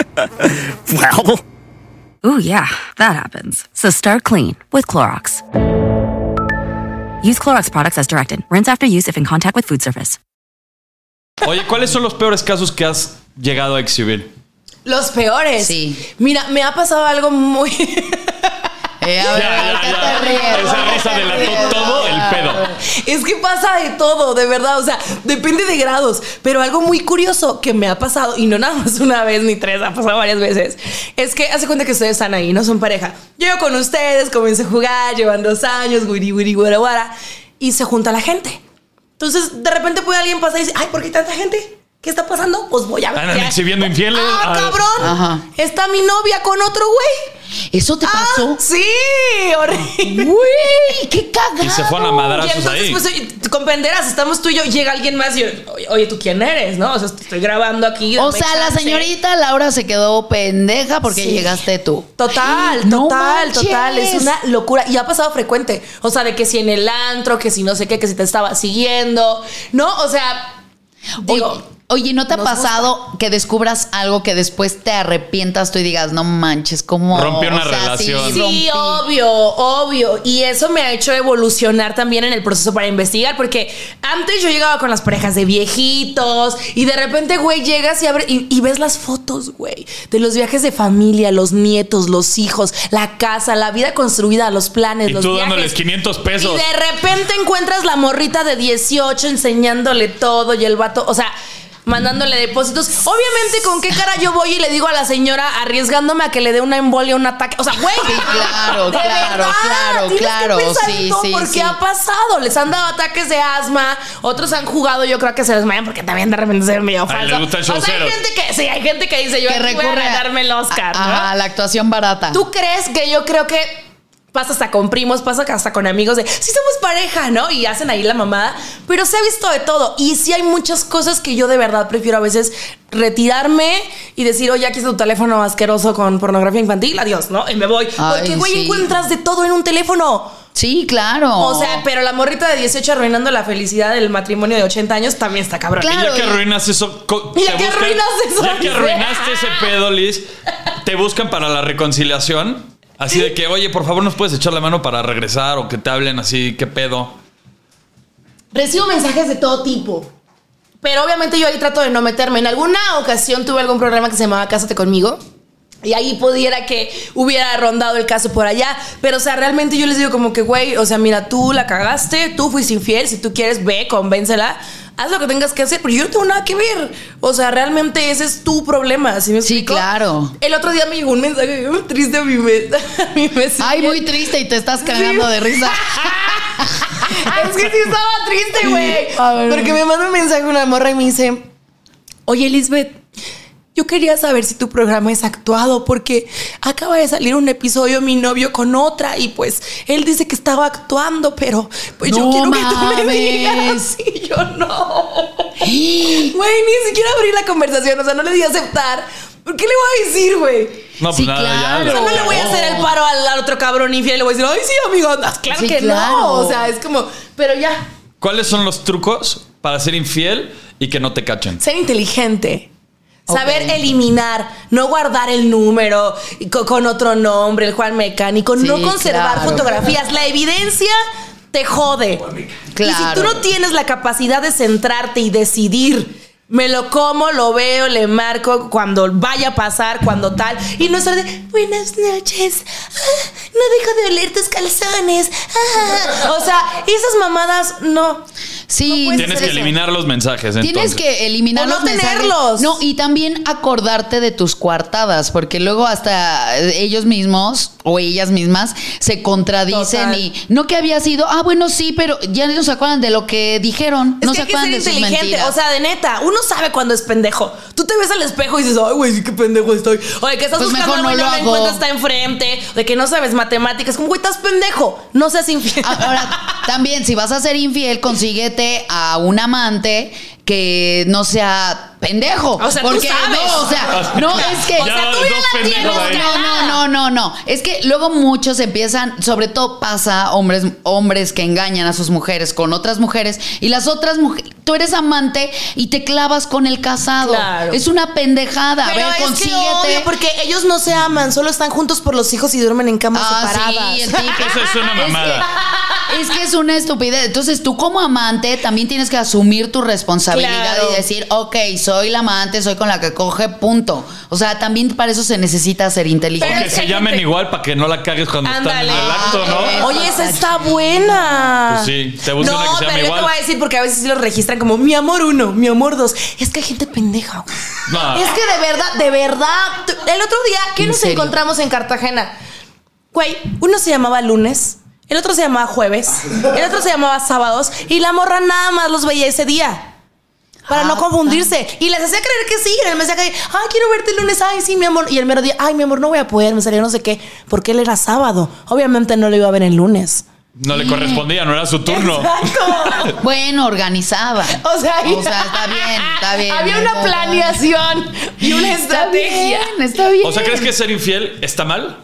Speaker 8: well.
Speaker 9: Ooh, yeah, that happens. So start clean with Clorox. Use Clorox products as directed. Rinse after use if in contact with food surface.
Speaker 3: Oye, ¿cuáles son los peores casos que has llegado a exhibir?
Speaker 4: Los peores.
Speaker 5: Sí.
Speaker 4: Mira, me ha pasado algo muy.
Speaker 5: Eh, a ver, ¿por qué te ríes? ¿Por
Speaker 3: Esa
Speaker 5: qué
Speaker 3: risa
Speaker 5: te
Speaker 3: delató
Speaker 5: ríes?
Speaker 3: todo el pedo.
Speaker 4: es que pasa de todo, de verdad. O sea, depende de grados. Pero algo muy curioso que me ha pasado, y no nada más una vez ni tres, ha pasado varias veces, es que hace cuenta que ustedes están ahí, no son pareja. Llego con ustedes, comienzo a jugar, llevan dos años, guiri, guiri, guara, guara, y se junta la gente. Entonces, de repente puede alguien pasar y dice, ay, ¿por qué hay tanta gente? ¿Qué está pasando? Pues voy a ver.
Speaker 3: Andan
Speaker 4: ¿Qué hay?
Speaker 3: exhibiendo infieles.
Speaker 4: ¡Ah,
Speaker 3: Ah.
Speaker 4: cabrón!
Speaker 5: Ajá.
Speaker 4: Está mi novia con otro güey.
Speaker 5: ¿Eso te
Speaker 4: Ah,
Speaker 5: pasó?
Speaker 4: sí, horrible.
Speaker 5: Uh. ¡Güey! ¡Qué cagado!
Speaker 3: Y se fue a la
Speaker 4: Y
Speaker 3: madrazos
Speaker 4: entonces,
Speaker 3: ahí.
Speaker 4: pues, oye, comprenderás, estamos tú y yo, llega alguien más y yo, oye, oye, ¿tú quién eres? ¿No? O sea, estoy grabando aquí.
Speaker 5: O
Speaker 4: dame
Speaker 5: sea, la
Speaker 4: chance.
Speaker 5: señorita Laura se quedó pendeja porque
Speaker 4: Sí.
Speaker 5: llegaste tú.
Speaker 4: Total,
Speaker 5: No
Speaker 4: total,
Speaker 5: manches.
Speaker 4: total. Es una locura. Y ha pasado frecuente. O sea, de que si en el antro, que si no sé qué, que si te estaba siguiendo. No, o sea, digo.
Speaker 5: Oye, oye, ¿no te ha
Speaker 4: nos gusta.
Speaker 5: pasado que descubras algo que después te arrepientas tú y digas, no manches, cómo...
Speaker 3: Rompí una
Speaker 5: o sea, sí,
Speaker 3: relación.
Speaker 4: Sí,
Speaker 5: rompí"?
Speaker 4: obvio, obvio. Y eso me ha hecho evolucionar también en el proceso para investigar, porque antes yo llegaba con las parejas de viejitos y de repente, güey, llegas y, abre, y, y ves las fotos, güey, de los viajes de familia, los nietos, los hijos, la casa, la vida construida, los planes,
Speaker 3: Y
Speaker 4: los
Speaker 3: tú
Speaker 4: viajes.
Speaker 3: dándoles 500
Speaker 4: Y
Speaker 3: pesos.
Speaker 4: de repente encuentras la morrita de 18 enseñándole todo y el vato, o sea, mandándole depósitos. Obviamente, ¿con qué cara yo voy y le digo a la señora arriesgándome a que le dé una embolia, un ataque? O sea, güey.
Speaker 5: Sí, claro,
Speaker 4: de
Speaker 5: claro,
Speaker 4: verdad,
Speaker 5: claro,
Speaker 4: tienes que
Speaker 5: claro,
Speaker 4: pensar en
Speaker 5: sí,
Speaker 4: todo
Speaker 5: sí,
Speaker 4: Porque
Speaker 5: sí.
Speaker 4: ha pasado, les han dado ataques de asma, otros han jugado, yo creo que se desmayan porque también de repente se ven medio
Speaker 3: les
Speaker 4: falso.
Speaker 3: gustan
Speaker 4: o sea, hay
Speaker 3: showceros.
Speaker 4: gente que, sí, hay gente que dice, yo
Speaker 5: Que
Speaker 4: aquí voy a
Speaker 5: recurre
Speaker 4: ganarme el Oscar, ¿no?
Speaker 5: a, a la actuación barata.
Speaker 4: ¿Tú crees que yo creo que pasa hasta con primos, pasa hasta con amigos de sí somos pareja, ¿no? Y hacen ahí la mamada, pero se ha visto de todo y sí hay muchas cosas que yo de verdad prefiero a veces retirarme y decir, "Oye, aquí está tu teléfono asqueroso con pornografía infantil, adiós", ¿no? Y me voy,
Speaker 5: Ay,
Speaker 4: porque güey,
Speaker 5: sí.
Speaker 4: encuentras de todo en un teléfono.
Speaker 5: Sí, claro.
Speaker 4: O sea, pero la morrita de 18 arruinando la felicidad del matrimonio de 80 años también está cabrón.
Speaker 3: Y
Speaker 5: Claro,
Speaker 3: ya que
Speaker 5: y-
Speaker 3: arruinas eso. co-
Speaker 4: Y ya
Speaker 3: te
Speaker 4: que
Speaker 3: buscan-
Speaker 4: arruinas eso,
Speaker 3: Ya que
Speaker 4: dice. "Ah".
Speaker 3: arruinaste ese pedo, Liz. Te buscan para la reconciliación. Así de que, oye, por favor, nos puedes echar la mano para regresar o que te hablen así, qué pedo.
Speaker 4: Recibo mensajes de todo tipo. Pero obviamente yo ahí trato de no meterme. En alguna ocasión tuve algún programa que se llamaba Cásate conmigo. Y ahí pudiera que hubiera rondado el caso por allá. Pero, o sea, realmente yo les digo como que, güey, o sea, mira, tú la cagaste, tú fuiste infiel, si tú quieres, ve, convéncela. Haz lo que tengas que hacer, pero yo no tengo nada que ver. O sea, realmente ese es tu problema. ¿sí me
Speaker 5: Sí,
Speaker 4: explico?
Speaker 5: claro.
Speaker 4: El otro día me llegó un mensaje muy triste a mi, mes- a mi mesilla.
Speaker 5: Ay, muy triste y te estás cagando de risa.
Speaker 4: Es que sí estaba triste,
Speaker 5: A ver.
Speaker 4: güey. Porque me manda un mensaje una morra y me dice, oye, Elizabeth, yo quería saber si tu programa es actuado porque acaba de salir un episodio mi novio con otra y pues él dice que estaba actuando, pero pues yo
Speaker 5: No
Speaker 4: quiero que tú me digas
Speaker 5: mames.
Speaker 4: y yo no. Güey, ni siquiera abrí la conversación, o sea, no le di a aceptar. ¿Por qué le voy a decir, güey?
Speaker 3: No, pues
Speaker 5: Sí,
Speaker 3: nada,
Speaker 5: claro.
Speaker 3: ya.
Speaker 4: O sea, no le voy a
Speaker 5: No.
Speaker 4: hacer el paro al, al otro cabrón infiel. Le voy a decir, ay, sí, amigo, andas". claro
Speaker 5: Sí,
Speaker 4: que
Speaker 5: claro.
Speaker 4: no. O sea, es como, pero ya,
Speaker 3: ¿Cuáles son los trucos para ser infiel y que no te cachen?
Speaker 4: ser inteligente.
Speaker 5: Ok.
Speaker 4: Saber eliminar, no guardar el número y co- con otro nombre, el Juan Mecánico,
Speaker 5: Sí,
Speaker 4: no conservar
Speaker 5: claro.
Speaker 4: fotografías. La evidencia te jode. Y si tú
Speaker 5: Claro.
Speaker 4: no tienes la capacidad de centrarte y decidir, me lo como, lo veo, le marco cuando vaya a pasar, cuando tal, y no estar de buenas noches, ah, no dejo de oler tus calzones. ah". O sea, esas mamadas no.
Speaker 5: Sí,
Speaker 4: No puedes
Speaker 3: Tienes
Speaker 4: hacer
Speaker 3: que
Speaker 4: eso.
Speaker 3: eliminar los mensajes.
Speaker 5: Tienes
Speaker 3: entonces.
Speaker 5: que eliminar
Speaker 4: O no
Speaker 5: los mensajes.
Speaker 4: tenerlos.
Speaker 5: No, y también acordarte de tus coartadas, porque luego hasta eh, ellos mismos o ellas mismas se contradicen
Speaker 4: Total.
Speaker 5: y no que había sido, ah, bueno, sí, pero ya no se acuerdan de lo que dijeron,
Speaker 4: Es
Speaker 5: no
Speaker 4: que
Speaker 5: se
Speaker 4: hay que
Speaker 5: acuerdan
Speaker 4: ser
Speaker 5: de sus
Speaker 4: inteligente.
Speaker 5: mentiras.
Speaker 4: O sea, de neta, uno sabe cuando es pendejo. Tú te ves al espejo y dices, ay, güey, sí, qué pendejo estoy. O de que estás
Speaker 5: Pues
Speaker 4: buscando
Speaker 5: mejor
Speaker 4: algo y
Speaker 5: no
Speaker 4: no
Speaker 5: lo
Speaker 4: la
Speaker 5: hago.
Speaker 4: encuentras, está enfrente. De que no sabes matemáticas. Como, güey, estás pendejo. No seas infiel.
Speaker 5: Ah, Ahora, también, si vas a ser infiel, consíguete a un amante que no sea pendejo.
Speaker 4: O sea, tú
Speaker 5: porque
Speaker 4: sabes.
Speaker 5: no, o sea, no es que.
Speaker 3: O sea, tú ya
Speaker 4: dos
Speaker 3: la tienes pendejos ahí.
Speaker 5: No, no, no, no, no. Es que luego muchos empiezan, sobre todo pasa hombres, hombres que engañan a sus mujeres con otras mujeres y las otras mujeres. Tú eres amante y te clavas con el casado.
Speaker 4: Claro.
Speaker 5: Es una pendejada.
Speaker 4: Pero
Speaker 5: a ver,
Speaker 4: es
Speaker 5: consíguete.
Speaker 4: que obvio, porque ellos no se aman, solo están juntos por los hijos y duermen en camas
Speaker 5: Ah,
Speaker 4: separadas.
Speaker 5: sí, el típico.
Speaker 3: Eso es una mamada.
Speaker 5: Es que es una estupidez. Entonces, tú como amante también tienes que asumir tu responsabilidad
Speaker 4: Claro.
Speaker 5: y decir, ok, soy la amante, soy con la que coge, punto. O sea, también para eso se necesita ser
Speaker 3: O
Speaker 5: inteligente.
Speaker 3: que se llamen igual para que no la cagues cuando
Speaker 4: Ándale.
Speaker 3: están en el acto,
Speaker 5: Ay,
Speaker 3: ¿no?
Speaker 4: Oye, esa está buena.
Speaker 3: Pues sí, te busca
Speaker 4: no,
Speaker 3: una que se llame
Speaker 4: pero
Speaker 3: igual.
Speaker 4: yo te voy a decir porque a veces sí los registran como mi amor uno, mi amor dos. Es que hay gente pendeja, güey.
Speaker 3: No.
Speaker 4: Es que de verdad, de verdad. tú- El otro día, ¿qué
Speaker 5: ¿En
Speaker 4: nos
Speaker 5: serio?
Speaker 4: encontramos en Cartagena? Güey, uno se llamaba lunes, el otro se llamaba jueves, el otro se llamaba sábados y la morra nada más los veía ese día. para no
Speaker 5: Ah,
Speaker 4: confundirse. Y les hacía creer que sí. En el mensaje, ay, quiero verte el lunes, ay, sí, mi amor. Y el mero día, ay, mi amor, no voy a poder, me salió no sé qué, porque él era sábado. Obviamente no lo iba a ver el lunes.
Speaker 3: No le correspondía, no era su turno.
Speaker 4: Exacto.
Speaker 5: Bueno, organizaba.
Speaker 4: O sea,
Speaker 5: O sea, está bien, está bien.
Speaker 4: Había una planeación y una estrategia.
Speaker 5: Está bien, está bien.
Speaker 3: O sea, ¿crees que ser infiel está mal?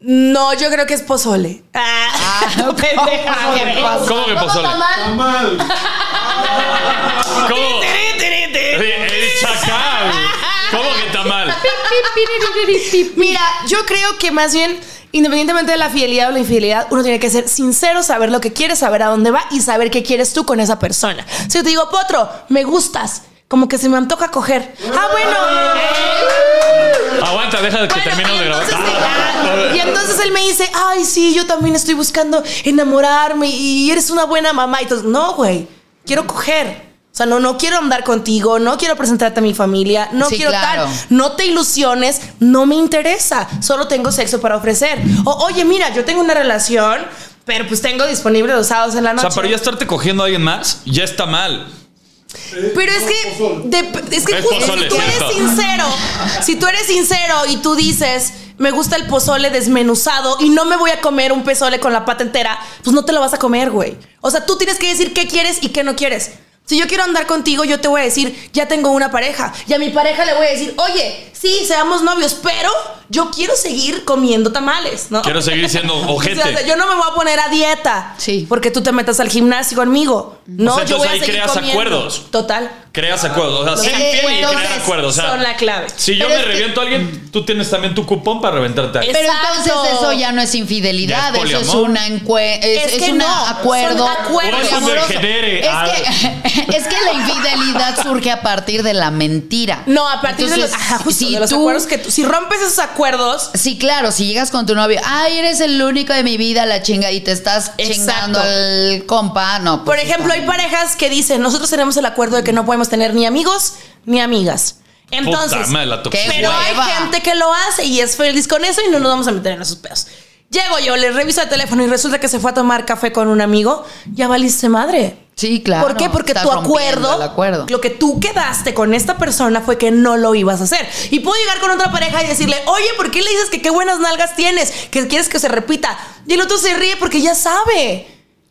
Speaker 4: No, yo creo que es pozole. Ah,
Speaker 5: ¿cómo
Speaker 4: pendeja,
Speaker 5: que
Speaker 4: güey.
Speaker 5: pozole?
Speaker 3: ¿Cómo que
Speaker 4: ¿Todo
Speaker 3: pozole?
Speaker 4: tamal?
Speaker 3: ¿Cómo?
Speaker 4: Tiri, tiri, tiri.
Speaker 3: Oye, El chacal. ¿Cómo que está mal?
Speaker 4: Mira, yo creo que más bien, independientemente de la fidelidad o la infidelidad, uno tiene que ser sincero, saber lo que quieres, saber a dónde va y saber qué quieres tú con esa persona. Si yo te digo, Potro, me gustas, como que se me antoja coger. Ah, bueno.
Speaker 3: Aguanta, deja que
Speaker 4: Bueno,
Speaker 3: termine de
Speaker 4: y,
Speaker 3: grabar.
Speaker 4: entonces, ah, y entonces él me dice, ay, sí, yo también estoy buscando enamorarme y eres una buena mamá. Y entonces, no, güey, quiero coger. O sea, no, no quiero andar contigo, no quiero presentarte a mi familia, no
Speaker 5: Sí,
Speaker 4: quiero
Speaker 5: claro.
Speaker 4: tal, no te ilusiones, no me interesa, solo tengo sexo para ofrecer. O, oye, mira, yo tengo una relación, pero pues tengo disponible los sábados en la
Speaker 3: O
Speaker 4: noche.
Speaker 3: sea, pero ya estarte cogiendo a alguien más, ya está mal.
Speaker 4: Pero es que, de- es que
Speaker 3: Es
Speaker 4: justo
Speaker 3: pozole,
Speaker 4: si tú eres
Speaker 3: cierto.
Speaker 4: sincero, si tú eres sincero y tú dices, me gusta el pozole desmenuzado y no me voy a comer un pozole con la pata entera, pues no te lo vas a comer, güey. O sea, tú tienes que decir qué quieres y qué no quieres. Si yo quiero andar contigo, yo te voy a decir, ya tengo una pareja. Y a mi pareja le voy a decir, oye, sí, seamos novios, pero yo quiero seguir comiendo tamales, ¿no?
Speaker 3: Quiero seguir siendo ojete.
Speaker 4: O sea, yo no me voy a poner a dieta.
Speaker 5: Sí.
Speaker 4: Porque tú te metas al gimnasio conmigo. No,
Speaker 3: O sea,
Speaker 4: yo
Speaker 3: entonces
Speaker 4: voy a
Speaker 3: ahí
Speaker 4: seguir
Speaker 3: creas
Speaker 4: comiendo.
Speaker 3: acuerdos.
Speaker 4: Total.
Speaker 3: Creas acuerdos. O sea, ser
Speaker 5: Eh,
Speaker 3: infiel y crear
Speaker 5: entonces,
Speaker 3: acuerdos. O sea,
Speaker 4: son la clave.
Speaker 3: Si yo
Speaker 5: Pero
Speaker 3: me
Speaker 5: es que-
Speaker 3: reviento a alguien, tú tienes también tu cupón para reventarte a alguien.
Speaker 5: Pero
Speaker 4: Exacto.
Speaker 5: entonces eso ya no es infidelidad,
Speaker 3: Ya es
Speaker 5: eso es
Speaker 3: poliamor.
Speaker 5: una encue- es,
Speaker 4: Es
Speaker 5: es
Speaker 4: que
Speaker 5: un
Speaker 4: no,
Speaker 5: acuerdo.
Speaker 4: son acuerdos.
Speaker 3: Por eso me
Speaker 5: poliamoroso.
Speaker 3: genere.
Speaker 5: Es
Speaker 3: Ah.
Speaker 5: que, es que la infidelidad surge a partir de la mentira.
Speaker 4: No, a partir de los,
Speaker 5: Entonces,
Speaker 4: ajá, justo,
Speaker 5: si
Speaker 4: de los
Speaker 5: tú-
Speaker 4: acuerdos que tú, si rompes esos acuerdos,
Speaker 5: Sí, claro, si llegas con tu novio, ay, eres el único de mi vida, la chinga, y te estás
Speaker 4: Exacto.
Speaker 5: chingando al compa, no.
Speaker 4: por
Speaker 5: pues,
Speaker 4: ejemplo, hay
Speaker 5: está-
Speaker 4: parejas que dicen, nosotros tenemos el acuerdo de que no podemos tener ni amigos ni amigas. Entonces,
Speaker 3: Puta madre, la toxicidad.
Speaker 4: pero hay
Speaker 5: Hueva.
Speaker 4: gente que lo hace y es feliz con eso y no nos vamos a meter en esos pedos. Llego yo, le reviso el teléfono y resulta que se fue a tomar café con un amigo, ya valiste madre.
Speaker 5: Sí, claro.
Speaker 4: ¿Por qué? Porque
Speaker 5: estás
Speaker 4: tu
Speaker 5: rompiendo
Speaker 4: acuerdo,
Speaker 5: el acuerdo.
Speaker 4: lo que tú quedaste con esta persona fue que no lo ibas a hacer. Y puedo llegar con otra pareja y decirle, oye, ¿por qué le dices que qué buenas nalgas tienes? Que quieres que se repita. Y el otro se ríe porque ya sabe.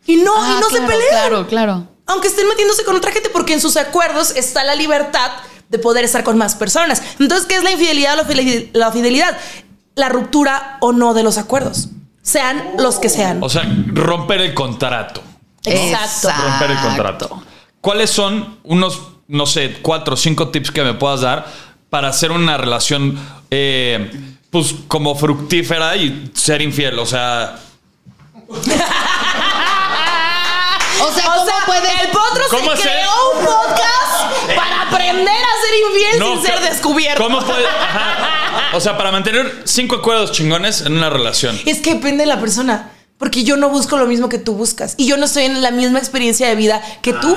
Speaker 4: Y no,
Speaker 5: Ah,
Speaker 4: y no
Speaker 5: claro,
Speaker 4: se pelean.
Speaker 5: Claro, claro.
Speaker 4: Aunque estén metiéndose con otra gente porque en sus acuerdos está la libertad de poder estar con más personas. Entonces, ¿qué es la infidelidad o la fideli- la fidelidad? La ruptura o no de los acuerdos. Sean los que sean.
Speaker 3: O sea, romper el contrato.
Speaker 4: Exacto.
Speaker 3: Romper el contrato. ¿Cuáles son unos, no sé, cuatro o cinco tips que me puedas dar para hacer una relación, eh, pues, como fructífera y ser infiel? O sea,
Speaker 5: O sea, ¿cómo
Speaker 4: O sea,
Speaker 5: puedes?
Speaker 4: el potro
Speaker 3: ¿Cómo
Speaker 4: se
Speaker 3: se-
Speaker 4: creó un podcast para aprender a ser infiel sin ser
Speaker 3: ca-
Speaker 4: descubierto.
Speaker 3: ¿Cómo puede? Ajá. O sea, para mantener cinco acuerdos chingones en una relación.
Speaker 4: Es que depende de la persona. Porque yo no busco lo mismo que tú buscas. Y yo no estoy en la misma experiencia de vida que tú.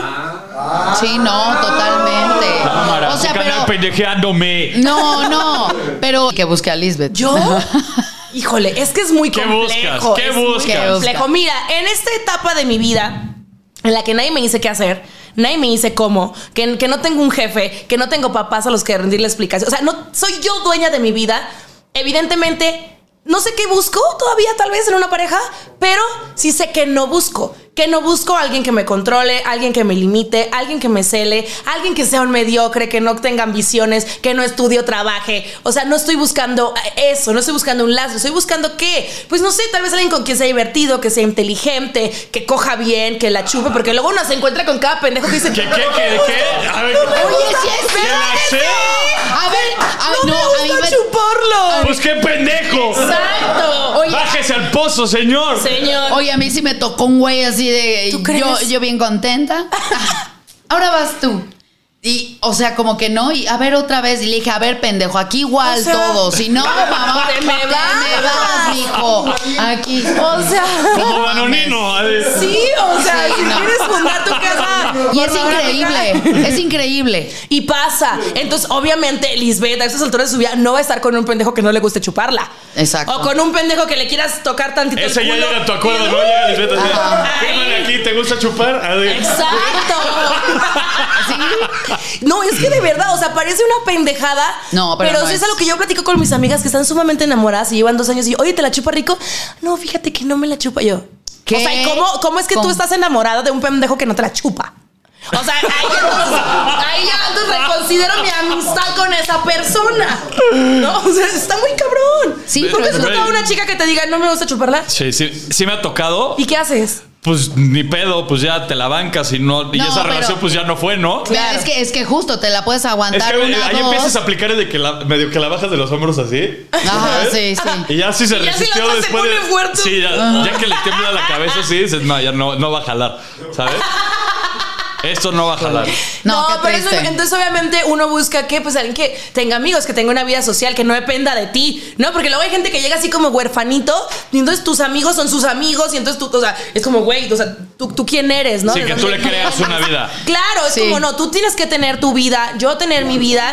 Speaker 5: Sí, no, totalmente.
Speaker 3: Cámara,
Speaker 5: o sea,
Speaker 3: tu canal
Speaker 5: pero.
Speaker 3: pendejeándome.
Speaker 5: No, no. Pero que busque a Lisbeth.
Speaker 4: Yo, híjole, es que es muy
Speaker 3: ¿Qué
Speaker 4: complejo.
Speaker 3: buscas? ¿Qué
Speaker 4: es muy
Speaker 3: buscas?
Speaker 4: complejo. Mira, en esta etapa de mi vida, en la que nadie me dice qué hacer, nadie me dice cómo, que, que no tengo un jefe, que no tengo papás a los que rendirle explicación. O sea, no soy yo dueña de mi vida. Evidentemente, no sé qué busco todavía, tal vez en una pareja, pero sí sé que no busco. Que no busco a alguien que me controle, alguien que me limite, alguien que me cele, alguien que sea un mediocre, que no tenga ambiciones, que no estudie o trabaje. O sea, no estoy buscando eso, no estoy buscando un lazo, estoy buscando qué. Pues no sé, tal vez alguien con quien sea divertido, que sea inteligente, que coja bien, que la chupe, porque luego uno se encuentra con cada pendejo que dice.
Speaker 3: ¿Qué, qué, qué, qué? A ver,
Speaker 5: Oye, sí es
Speaker 3: ¿qué
Speaker 5: verdad.
Speaker 3: hace?
Speaker 5: A ver, a,
Speaker 4: no,
Speaker 5: no,
Speaker 4: me
Speaker 5: a mí
Speaker 4: gusta
Speaker 5: me.
Speaker 4: chuparlo.
Speaker 3: Pues qué pendejo.
Speaker 4: Exacto.
Speaker 5: Oye,
Speaker 3: Bájese al pozo, señor.
Speaker 4: Señor.
Speaker 5: Oye, a mí sí me tocó un güey así de.
Speaker 4: ¿Tú
Speaker 5: Yo,
Speaker 4: crees?
Speaker 5: yo bien contenta. Ah, Ahora vas tú. Y, o sea, como que no, y a ver otra vez, y le dije, a ver, pendejo, aquí igual
Speaker 4: O sea,
Speaker 5: todo. Si no, mamá,
Speaker 4: te
Speaker 5: te
Speaker 4: me
Speaker 5: me
Speaker 4: vas.
Speaker 5: vas, mijo. Aquí.
Speaker 4: O sea.
Speaker 3: Como Danonino. a ver.
Speaker 4: Sí, o sea,
Speaker 5: Sí,
Speaker 4: si
Speaker 5: no.
Speaker 4: quieres fundar tu casa
Speaker 5: Y es increíble, es increíble.
Speaker 4: Y pasa. Entonces, obviamente, Lisbeth a estas alturas de su vida no va a estar con un pendejo que no le guste chuparla.
Speaker 5: Exacto.
Speaker 4: O con un pendejo que le quieras tocar tantito el
Speaker 6: Ese ya
Speaker 4: culo.
Speaker 6: llega a tu acuerdo, ¿no? Llega Lisbeth así.
Speaker 4: Ajá.
Speaker 6: Fírmale aquí, ¿te gusta chupar? A ver.
Speaker 4: Exacto. No, es que de verdad, o sea, parece una pendejada.
Speaker 5: No, pero no
Speaker 4: sí es
Speaker 5: es.
Speaker 4: algo que yo platico con mis amigas que están sumamente enamoradas y llevan dos años y yo, oye, ¿te la chupa rico? No, fíjate que no me la chupa yo.
Speaker 5: ¿Qué?
Speaker 4: O sea, ¿y ¿cómo, cómo es que tú
Speaker 5: ¿Cómo?
Speaker 4: estás enamorada de un pendejo que no te la chupa? O sea, ahí ya entonces, ahí ya entonces reconsidero mi amistad con esa persona. No, o sea, está muy cabrón.
Speaker 5: Sí,
Speaker 4: ¿Por qué
Speaker 5: pero-
Speaker 4: se toca a una chica que te diga no me gusta chuparla?
Speaker 3: Sí, sí, sí me ha tocado.
Speaker 4: ¿Y qué haces?
Speaker 3: Pues ni pedo, pues ya te la bancas y no. Y
Speaker 5: No,
Speaker 3: esa
Speaker 5: pero-
Speaker 3: relación, pues ya no fue, ¿no?
Speaker 5: Mira, es que, es que justo te la puedes
Speaker 6: Es
Speaker 5: aguantar
Speaker 6: que eh,
Speaker 5: una,
Speaker 6: ahí
Speaker 5: dos.
Speaker 6: empiezas a aplicar el de que la, medio que la bajas de los hombros así.
Speaker 5: Ajá,
Speaker 6: ¿sabes?
Speaker 5: sí,
Speaker 4: Ah,
Speaker 5: sí.
Speaker 6: Y ya si se
Speaker 4: Y ya si
Speaker 6: resistió
Speaker 4: la otra se
Speaker 6: después
Speaker 4: pone
Speaker 6: de-
Speaker 4: fuerte.
Speaker 3: Sí, ya, ya que le tiembla la cabeza, sí dices, no, ya no, no va a jalar, ¿sabes? Esto no va a jalar.
Speaker 5: No, qué
Speaker 4: pero
Speaker 5: triste.
Speaker 4: eso- entonces obviamente uno busca que, pues alguien que tenga amigos, que tenga una vida social, que no dependa de ti, ¿no? Porque luego hay gente que llega así como huerfanito y entonces tus amigos son sus amigos y entonces tú, o sea, es como, güey, o sea, tú, tú quién eres, ¿no?
Speaker 3: Sí,
Speaker 4: ¿De
Speaker 3: que tú
Speaker 4: dónde
Speaker 3: le creas
Speaker 4: vienes?
Speaker 3: una vida.
Speaker 4: Claro, es
Speaker 5: Sí.
Speaker 4: como, no, tú tienes que tener tu vida, yo tener mi vida.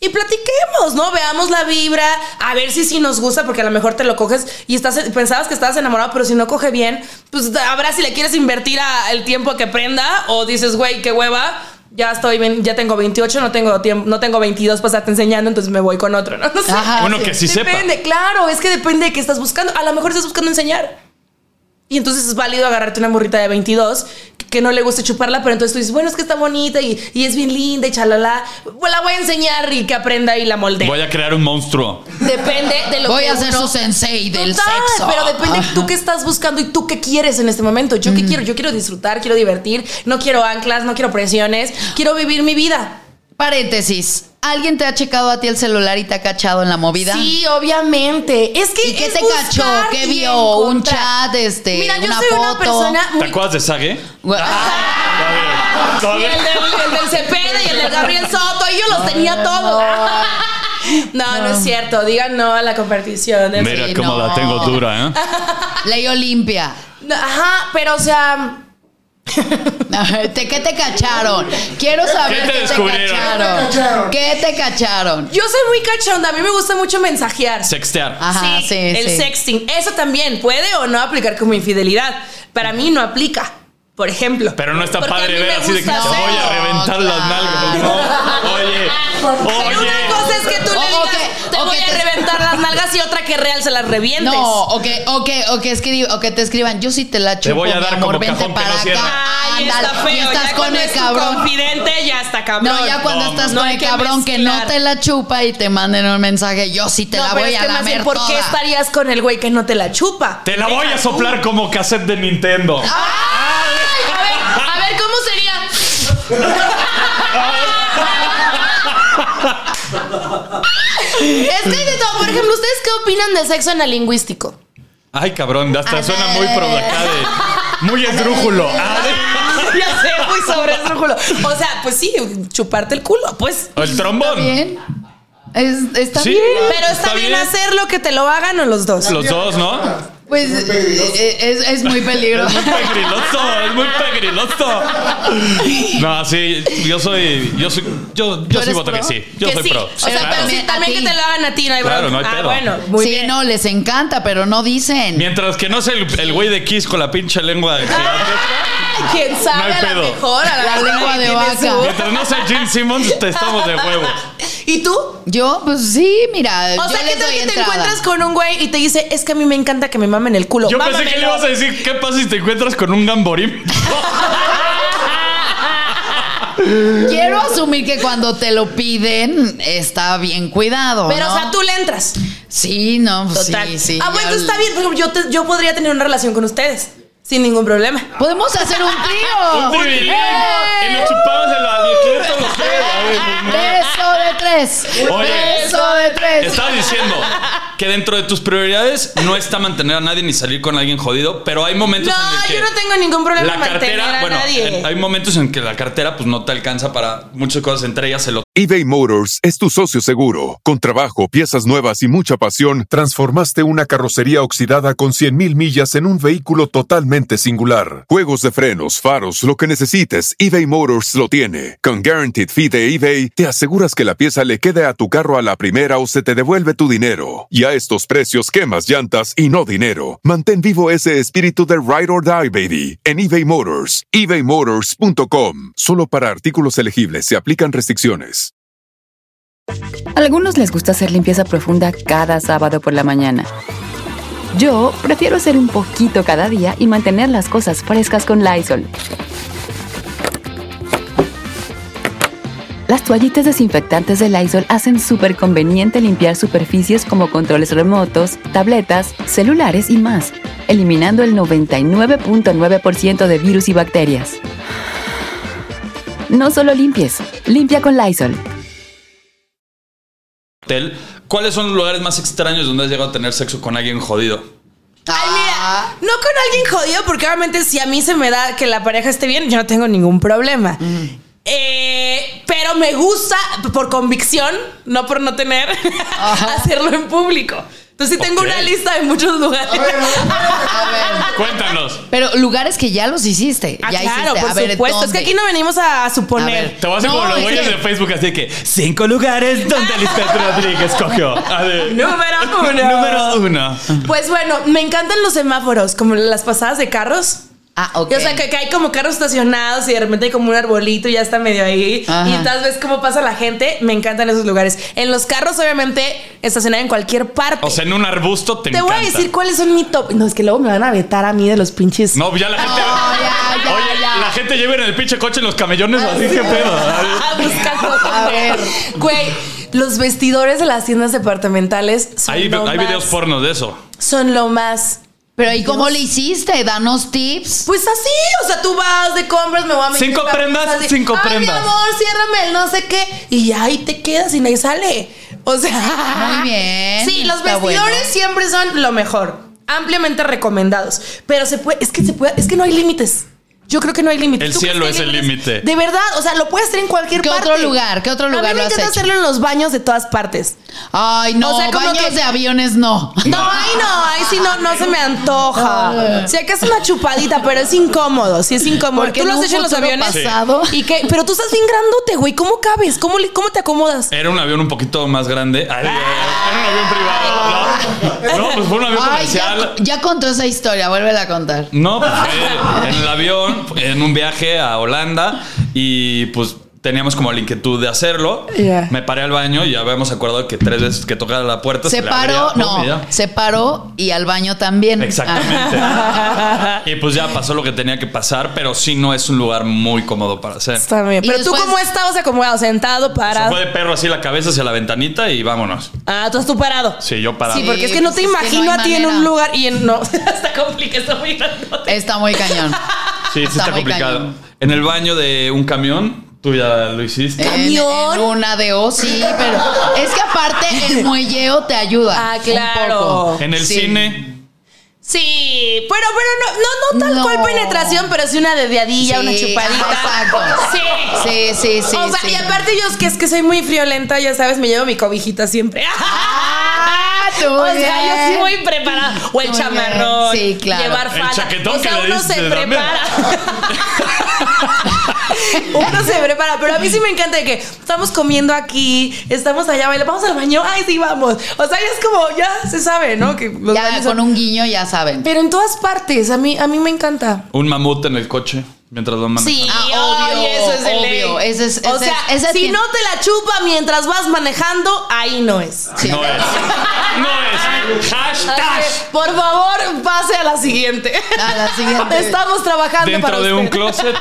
Speaker 4: Y platiquemos, ¿no? Veamos la vibra, a ver si sí nos gusta, porque a lo mejor te lo coges y estás pensabas que estabas enamorado, pero si no coge bien, pues habrá si le quieres invertir a- el tiempo que prenda o dices, güey, qué hueva, ya estoy, bien- ya tengo 28, no tengo tiempo, no tengo 22 para estarte enseñando, entonces me voy con otro, ¿no? No sé.
Speaker 5: Ajá,
Speaker 3: Uno que sí sepa.
Speaker 4: Depende, claro, es que depende de qué estás buscando. A lo mejor estás buscando enseñar. Y entonces es válido agarrarte una morrita de 22 que- que no le guste chuparla, pero entonces tú dices, bueno, es que está bonita y, y es bien linda y chalala. Pues la voy a enseñar y que aprenda y la moldee.
Speaker 3: Voy a crear un monstruo.
Speaker 4: Depende de lo
Speaker 5: Voy
Speaker 4: que
Speaker 5: a ser
Speaker 4: uno-
Speaker 5: su sensei del
Speaker 4: Total,
Speaker 5: sexo.
Speaker 4: Pero depende tú qué estás buscando y tú qué quieres en este momento. Yo
Speaker 5: Mm.
Speaker 4: qué quiero, yo quiero disfrutar, quiero divertir, no quiero anclas, no quiero presiones, quiero vivir mi vida.
Speaker 5: Paréntesis. ¿Alguien te ha checado a ti el celular y te ha cachado en la movida?
Speaker 4: Sí, obviamente. Es que
Speaker 5: ¿Y qué
Speaker 4: es
Speaker 5: te cachó?
Speaker 4: buscar
Speaker 5: ¿Qué
Speaker 4: y
Speaker 5: vio? ¿Un
Speaker 4: encontrar.
Speaker 5: chat, este,
Speaker 4: Mira, yo
Speaker 5: una
Speaker 4: soy
Speaker 5: foto?
Speaker 4: una persona
Speaker 3: ¿Te
Speaker 4: muy
Speaker 3: acuerdas de Sage?
Speaker 5: Güey,
Speaker 4: Y el, del, el del Cepeda y el del Gabriel Soto, y yo los tenía todos. Ah. No, no es cierto. Digan no a la compartición. del-
Speaker 3: Mira
Speaker 5: sí,
Speaker 3: cómo
Speaker 5: no.
Speaker 3: la tengo dura, ¿eh?
Speaker 5: Ley Olimpia.
Speaker 4: No, Ajá, pero o sea.
Speaker 5: ¿Te- ¿Qué te cacharon? Quiero saber
Speaker 6: ¿Qué te
Speaker 5: qué te
Speaker 6: descubrieron?
Speaker 5: cacharon. ¿Qué te cacharon?
Speaker 4: Yo soy muy cachonda. A mí me gusta mucho mensajear.
Speaker 3: Sextear.
Speaker 5: Ajá, sí, sí.
Speaker 4: el sexting. Eso también puede o no aplicar como infidelidad. Para mí no aplica, por ejemplo.
Speaker 3: Pero no está
Speaker 4: Porque a mí
Speaker 3: padre ver
Speaker 4: me
Speaker 3: así de que te
Speaker 4: gusta
Speaker 3: voy a
Speaker 4: hacerlo.
Speaker 3: reventar las
Speaker 5: claro.
Speaker 3: nalgas. No, oye.
Speaker 4: Pero
Speaker 3: Oye.
Speaker 4: una cosa es que tú
Speaker 5: O-
Speaker 4: le
Speaker 5: o
Speaker 4: digas,
Speaker 5: que-
Speaker 4: te
Speaker 5: o
Speaker 4: voy
Speaker 5: que
Speaker 4: a
Speaker 5: te-
Speaker 4: reventar las nalgas y otra que real se las revientes.
Speaker 5: No, o que, o que, o que, escri- o que te escriban, yo sí te la chupo,
Speaker 3: voy a dar
Speaker 5: mi amor,
Speaker 3: como
Speaker 5: vente
Speaker 3: cajón que
Speaker 5: para
Speaker 3: no
Speaker 5: acá.
Speaker 3: cierra.
Speaker 4: Ay,
Speaker 5: ándale,
Speaker 4: está
Speaker 5: y
Speaker 4: feo.
Speaker 5: estás
Speaker 4: ya
Speaker 5: con
Speaker 4: cuando
Speaker 5: el
Speaker 4: es tu
Speaker 5: cabrón.
Speaker 4: confidente, ya está cabrón.
Speaker 5: No, ya cuando
Speaker 3: no,
Speaker 5: estás
Speaker 4: no
Speaker 5: con
Speaker 4: hay
Speaker 5: el
Speaker 4: que
Speaker 5: cabrón que no
Speaker 4: mezclar.
Speaker 5: te la chupa y te manden un mensaje, yo sí te
Speaker 4: No,
Speaker 5: la
Speaker 4: pero
Speaker 5: voy
Speaker 4: es
Speaker 5: a
Speaker 4: que más bien,
Speaker 5: lamer
Speaker 4: ¿Por qué
Speaker 5: toda.
Speaker 4: estarías con el güey que no te la chupa?
Speaker 3: Te la voy a
Speaker 4: Deja
Speaker 3: soplar como cassette de Nintendo.
Speaker 4: tú. Ay, a ver, a ver, ¿cómo sería? Es que hay de todo. Por ejemplo, ¿ustedes qué opinan del sexo analingüístico?
Speaker 3: Ay, cabrón, hasta suena muy pro acá de- Muy esdrújulo. Ah,
Speaker 4: Ya sé, muy sobre el culo. O sea, pues sí, chuparte el culo, pues.
Speaker 3: de- El trombón.
Speaker 5: bien. Es- está
Speaker 3: Sí.
Speaker 5: bien.
Speaker 4: Pero está,
Speaker 3: Está
Speaker 4: bien,
Speaker 3: bien.
Speaker 4: hacerlo que te lo hagan o los dos.
Speaker 3: Los dos, ¿no?
Speaker 5: Pues eh, eh, es, es muy
Speaker 3: Es
Speaker 5: peligroso.
Speaker 3: muy pegriloso, es muy pegriloso. No, sí, yo soy. Yo soy. Yo, yo sí
Speaker 5: eres
Speaker 3: voto
Speaker 5: pro?
Speaker 3: que sí. Yo
Speaker 4: que
Speaker 3: soy
Speaker 4: sí.
Speaker 3: pro.
Speaker 4: O sea,
Speaker 3: claro.
Speaker 4: pero sí,
Speaker 5: A
Speaker 4: también
Speaker 5: ti.
Speaker 4: que te lo hagan a ti, no hay
Speaker 3: Claro,
Speaker 4: bronca.
Speaker 3: no hay
Speaker 4: Ah,
Speaker 3: pedo.
Speaker 4: bueno, muy
Speaker 5: sí,
Speaker 4: bien.
Speaker 5: no, les encanta, pero no dicen.
Speaker 3: Mientras que no es el, el güey de Kiss con la pinche lengua de
Speaker 4: Quién sabe,
Speaker 3: hay
Speaker 4: a
Speaker 3: pedo.
Speaker 4: lo mejor. A
Speaker 5: La
Speaker 4: mejor
Speaker 5: lengua de
Speaker 4: tiene
Speaker 5: vaca.
Speaker 4: su-
Speaker 3: Mientras no sea Gene Simmons, te estamos de huevo.
Speaker 4: ¿Y tú? O
Speaker 5: Yo, pues sí, mira. yo
Speaker 4: sea, ¿qué
Speaker 5: les
Speaker 4: tal
Speaker 5: doy
Speaker 4: que te
Speaker 5: entrada.
Speaker 4: encuentras con un güey y te dice, es que a mí me encanta que me mamen el culo?
Speaker 3: Yo pensé que le ibas
Speaker 4: Mámamelo.
Speaker 3: a decir, ¿qué pasa si te encuentras con un gamborín?
Speaker 5: Quiero asumir que cuando te lo piden está bien cuidado.
Speaker 4: Pero,
Speaker 5: ¿no?
Speaker 4: o sea, tú le entras.
Speaker 5: Sí, no, pues
Speaker 4: Total.
Speaker 5: sí, sí.
Speaker 4: ah, bueno,
Speaker 5: Ya-
Speaker 4: entonces está bien. Por ejemplo, yo, te- yo podría tener una relación con ustedes sin ningún problema.
Speaker 5: Podemos hacer un trío.
Speaker 3: Un trío.
Speaker 5: ¡Eh!
Speaker 3: Y nos chupamos el
Speaker 6: todos los tres.
Speaker 5: Beso de tres.
Speaker 6: Oye.
Speaker 5: Beso de tres.
Speaker 3: Estabas diciendo que dentro de tus prioridades no está mantener a nadie ni salir con alguien jodido, pero hay momentos en el
Speaker 4: No,
Speaker 3: que
Speaker 4: yo no tengo ningún problema
Speaker 3: la
Speaker 4: en mantener
Speaker 3: cartera,
Speaker 4: a
Speaker 3: bueno,
Speaker 4: nadie.
Speaker 3: en- hay momentos en que la cartera pues no te alcanza para muchas cosas, entre ellas el
Speaker 7: eBay Motors es tu socio seguro. Con trabajo, piezas nuevas y mucha pasión, transformaste una carrocería oxidada con 100.000 millas en un vehículo totalmente singular. Juegos de frenos, faros, lo que necesites, eBay Motors lo tiene. Con Guaranteed Fee de eBay, te aseguras que la pieza le quede a tu carro a la primera o se te devuelve tu dinero. Y a estos precios, quemas llantas y no dinero. Mantén vivo ese espíritu de Ride or Die, baby, en eBay Motors. ebaymotors.com. Solo para artículos elegibles se aplican restricciones.
Speaker 10: Algunos les gusta hacer limpieza profunda cada sábado por la mañana. Yo prefiero hacer un poquito cada día y mantener las cosas frescas con Lysol. Las toallitas desinfectantes de Lysol hacen súper conveniente limpiar superficies como controles remotos, tabletas, celulares y más, eliminando el 99.9% de virus y bacterias. No solo limpies, limpia con Lysol.
Speaker 3: hotel. ¿Cuáles son los lugares más extraños donde has llegado a tener sexo con alguien jodido?
Speaker 4: Ay, mira, no con alguien jodido, porque obviamente si a mí se me da que la pareja esté bien, yo no tengo ningún problema. Eh, pero me gusta por convicción, no por no tener, hacerlo en público. Entonces tengo
Speaker 3: Ok.
Speaker 4: una lista de muchos lugares.
Speaker 5: Ah, A ver.
Speaker 6: Cuéntanos.
Speaker 5: Pero lugares que ya los hiciste.
Speaker 4: Ah,
Speaker 5: ya
Speaker 4: claro,
Speaker 5: hiciste.
Speaker 4: por
Speaker 5: a ver,
Speaker 4: supuesto.
Speaker 5: ¿dónde?
Speaker 4: Es que aquí no venimos a
Speaker 5: A
Speaker 4: suponer.
Speaker 5: ver.
Speaker 6: Te voy a hacer
Speaker 5: No,
Speaker 6: como los
Speaker 5: es
Speaker 6: güeyes
Speaker 5: que-
Speaker 6: de Facebook, así que cinco lugares donde Lisbeth Rodríguez cogió. A ver.
Speaker 4: Número uno.
Speaker 6: Número uno.
Speaker 4: Pues bueno, me encantan los semáforos, como las pasadas de carros.
Speaker 5: Ah, ok.
Speaker 4: Y, O sea, que, que hay como carros estacionados y de repente hay como un arbolito y ya está medio ahí.
Speaker 5: Ajá.
Speaker 4: Y tal vez cómo pasa la gente. Me encantan esos lugares. En los carros, obviamente, estacionar en cualquier parte.
Speaker 3: O sea, en un arbusto te,
Speaker 4: te voy
Speaker 3: encanta.
Speaker 4: a decir cuáles son mi top. No, es que luego me van a vetar a mí de los pinches.
Speaker 3: No, ya la gente.
Speaker 5: No, Ah, ya, ya,
Speaker 3: Oye,
Speaker 5: ya.
Speaker 3: la gente lleva en el pinche coche en los camellones, así que pedo.
Speaker 4: Ah, buscando.
Speaker 5: A ver.
Speaker 4: Güey, los vestidores de las tiendas departamentales son
Speaker 3: Hay,
Speaker 4: lo
Speaker 3: hay
Speaker 4: más-
Speaker 3: videos pornos de eso.
Speaker 4: Son lo más.
Speaker 5: Pero ¿y cómo le hiciste? Danos tips.
Speaker 4: Pues así, o sea, tú vas de compras, me voy a meter.
Speaker 3: Cinco
Speaker 4: en la
Speaker 3: prendas,
Speaker 4: bolsa, así,
Speaker 3: cinco
Speaker 4: Ay,
Speaker 3: prendas".
Speaker 4: Mi amor, ciérrame el no sé qué. Y ya ahí te quedas y nadie sale. O sea.
Speaker 5: Muy bien,
Speaker 4: Sí, los
Speaker 5: está
Speaker 4: vestidores
Speaker 5: bueno.
Speaker 4: siempre son lo mejor. Ampliamente recomendados. Pero se puede, es que se puede, es que no hay límites. Yo creo que no hay límites.
Speaker 3: El
Speaker 4: ¿Tú crees
Speaker 3: cielo
Speaker 4: que
Speaker 3: es
Speaker 4: hay
Speaker 3: el
Speaker 4: límites?
Speaker 3: límite.
Speaker 4: De verdad, o sea, lo puedes hacer en cualquier
Speaker 5: ¿Qué
Speaker 4: parte.
Speaker 5: otro lugar? ¿Qué otro
Speaker 4: A
Speaker 5: lugar
Speaker 4: mí me
Speaker 5: lo has
Speaker 4: encanta
Speaker 5: hecho?
Speaker 4: hacerlo en los baños de todas partes.
Speaker 5: Ay,
Speaker 4: O
Speaker 5: no,
Speaker 4: sea, como
Speaker 5: baños
Speaker 4: que-
Speaker 5: de aviones no.
Speaker 4: No, ahí no, ahí sí no, no se me antoja. Si acá es una chupadita, pero es incómodo, sí es incómodo.
Speaker 5: Porque
Speaker 4: Tú lo has
Speaker 5: en un
Speaker 4: hecho en los
Speaker 5: futuro
Speaker 4: aviones.
Speaker 5: pasado-
Speaker 4: ¿Y qué? Pero tú estás bien grandote, güey. ¿Cómo cabes? ¿Cómo, le- cómo te acomodas?
Speaker 3: Era un avión un poquito más grande. Ay,
Speaker 6: Era un avión privado. No, No, pues fue un avión
Speaker 5: Ah. Ay, ya,
Speaker 6: comercial.
Speaker 5: ya contó esa historia, vuélvela a contar.
Speaker 3: No, pues fue en el avión, en un viaje a Holanda y pues teníamos como la inquietud de hacerlo.
Speaker 4: Ya.
Speaker 3: Me paré al baño y ya habíamos acordado que tres veces que tocara la puerta
Speaker 5: Se
Speaker 3: le
Speaker 5: paró,
Speaker 3: abría, pum, y
Speaker 5: no,
Speaker 3: ya.
Speaker 5: se paró y al baño también.
Speaker 3: Exactamente. y pues ya pasó lo que tenía que pasar, pero sí no es un lugar muy cómodo para hacer.
Speaker 4: Está bien.
Speaker 5: Y
Speaker 4: Pero
Speaker 5: después-
Speaker 4: tú, ¿cómo estabas acomodado? Sentado,
Speaker 3: Se
Speaker 4: parado.
Speaker 3: fue de perro así la cabeza hacia la ventanita y vámonos.
Speaker 4: Ah, tú has tú parado.
Speaker 3: Sí, yo parado.
Speaker 4: Sí, porque es que
Speaker 5: Sí,
Speaker 4: no te
Speaker 5: pues es que
Speaker 4: imagino
Speaker 5: no hay
Speaker 4: a ti en
Speaker 5: manera.
Speaker 4: un lugar y en. No, está complicado, está muy grandote.
Speaker 5: Ah, Está muy cañón.
Speaker 3: Sí, sí está,
Speaker 5: muy
Speaker 3: complicado.
Speaker 5: cañón.
Speaker 3: En el baño de un camión, tú ya lo hiciste.
Speaker 5: En-
Speaker 4: ¿Camión?
Speaker 5: en una de O, sí, pero es que aparte el muelleo te ayuda.
Speaker 4: Ah,
Speaker 5: un
Speaker 4: claro.
Speaker 5: poco.
Speaker 3: En el
Speaker 5: Sí.
Speaker 3: cine,
Speaker 4: Sí, pero, pero no, no, no tal
Speaker 5: No.
Speaker 4: cual penetración, pero sí una dediadilla, una
Speaker 5: Sí,
Speaker 4: chupadita.
Speaker 5: exacto.
Speaker 4: Sí.
Speaker 5: Sí, sí, sí.
Speaker 4: o sea,
Speaker 5: sí.
Speaker 4: y aparte yo es que es que soy muy friolenta, ya sabes, me llevo mi cobijita siempre.
Speaker 5: Ah, tú
Speaker 4: o sea,
Speaker 5: bien.
Speaker 4: yo sí muy preparada. O el
Speaker 5: Muy bien.
Speaker 4: chamarrón.
Speaker 5: Sí, claro.
Speaker 4: Llevar
Speaker 6: El
Speaker 4: falda.
Speaker 6: chaquetón
Speaker 4: o sea,
Speaker 6: que le
Speaker 4: uno
Speaker 6: dices
Speaker 4: se
Speaker 6: de Damián.
Speaker 4: prepara. uno se prepara, pero a mí sí me encanta de que estamos comiendo aquí, estamos allá, baila, vamos al baño, ay sí vamos. O sea, ya es como ya se sabe, ¿no? Que los
Speaker 5: Ya
Speaker 4: baños
Speaker 5: con
Speaker 4: son-
Speaker 5: un guiño ya saben.
Speaker 4: Pero en todas partes, a mí a mí me encanta.
Speaker 3: un mamut en el coche mientras van manejando.
Speaker 4: Sí,
Speaker 5: Ah,
Speaker 4: obvio,
Speaker 5: obvio,
Speaker 4: eso es de ley.
Speaker 5: obvio, ese es-
Speaker 4: o
Speaker 5: ese
Speaker 4: sea,
Speaker 5: es- ese
Speaker 4: si
Speaker 5: tiene-
Speaker 4: no te la chupa mientras vas manejando, ahí no eh. es.
Speaker 5: Sí.
Speaker 6: No es. No es.
Speaker 4: Así
Speaker 6: Hashtag.
Speaker 4: que, por favor, pase a la siguiente.
Speaker 5: A la siguiente.
Speaker 4: Estamos trabajando para
Speaker 3: Dentro de
Speaker 4: usted.
Speaker 3: un closet.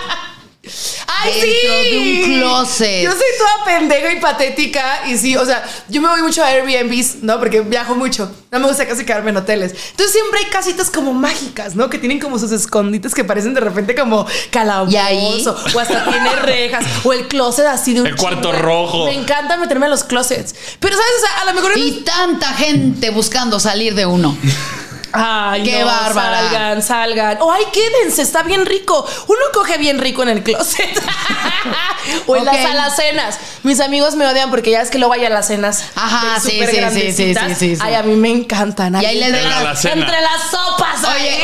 Speaker 4: Ah, ¡Ay,
Speaker 5: dentro
Speaker 4: sí!
Speaker 5: de un closet.
Speaker 4: Yo soy toda pendeja y patética. Y sí, o sea, yo me voy mucho a Airbnbs, ¿no? Porque viajo mucho. No me gusta casi quedarme en hoteles. Entonces siempre hay casitas como mágicas, ¿no? Que tienen como sus escondites que parecen de repente como calabozo. O hasta tiene rejas. O el closet así de un
Speaker 3: El cuarto
Speaker 4: chingo.
Speaker 3: rojo.
Speaker 4: Me encanta meterme en los closets. Pero, ¿sabes? O sea, a lo mejor...
Speaker 5: Y tanta gente buscando salir de uno.
Speaker 4: Ay,
Speaker 5: Qué bárbara.
Speaker 4: Salgan, salgan. O ay, quédense, está bien rico. Uno coge bien rico en el closet. o en
Speaker 5: Ok.
Speaker 4: las alacenas. Mis amigos me odian porque ya es que luego hay alacenas. de
Speaker 5: Ajá, sí,
Speaker 4: súper
Speaker 5: sí, sí,
Speaker 4: grandecitas.
Speaker 5: sí, sí, sí, sí.
Speaker 4: Ay, a mí me encantan.
Speaker 5: Y ahí les
Speaker 3: En la
Speaker 5: dan
Speaker 3: alacena.
Speaker 4: Entre las sopas, oye.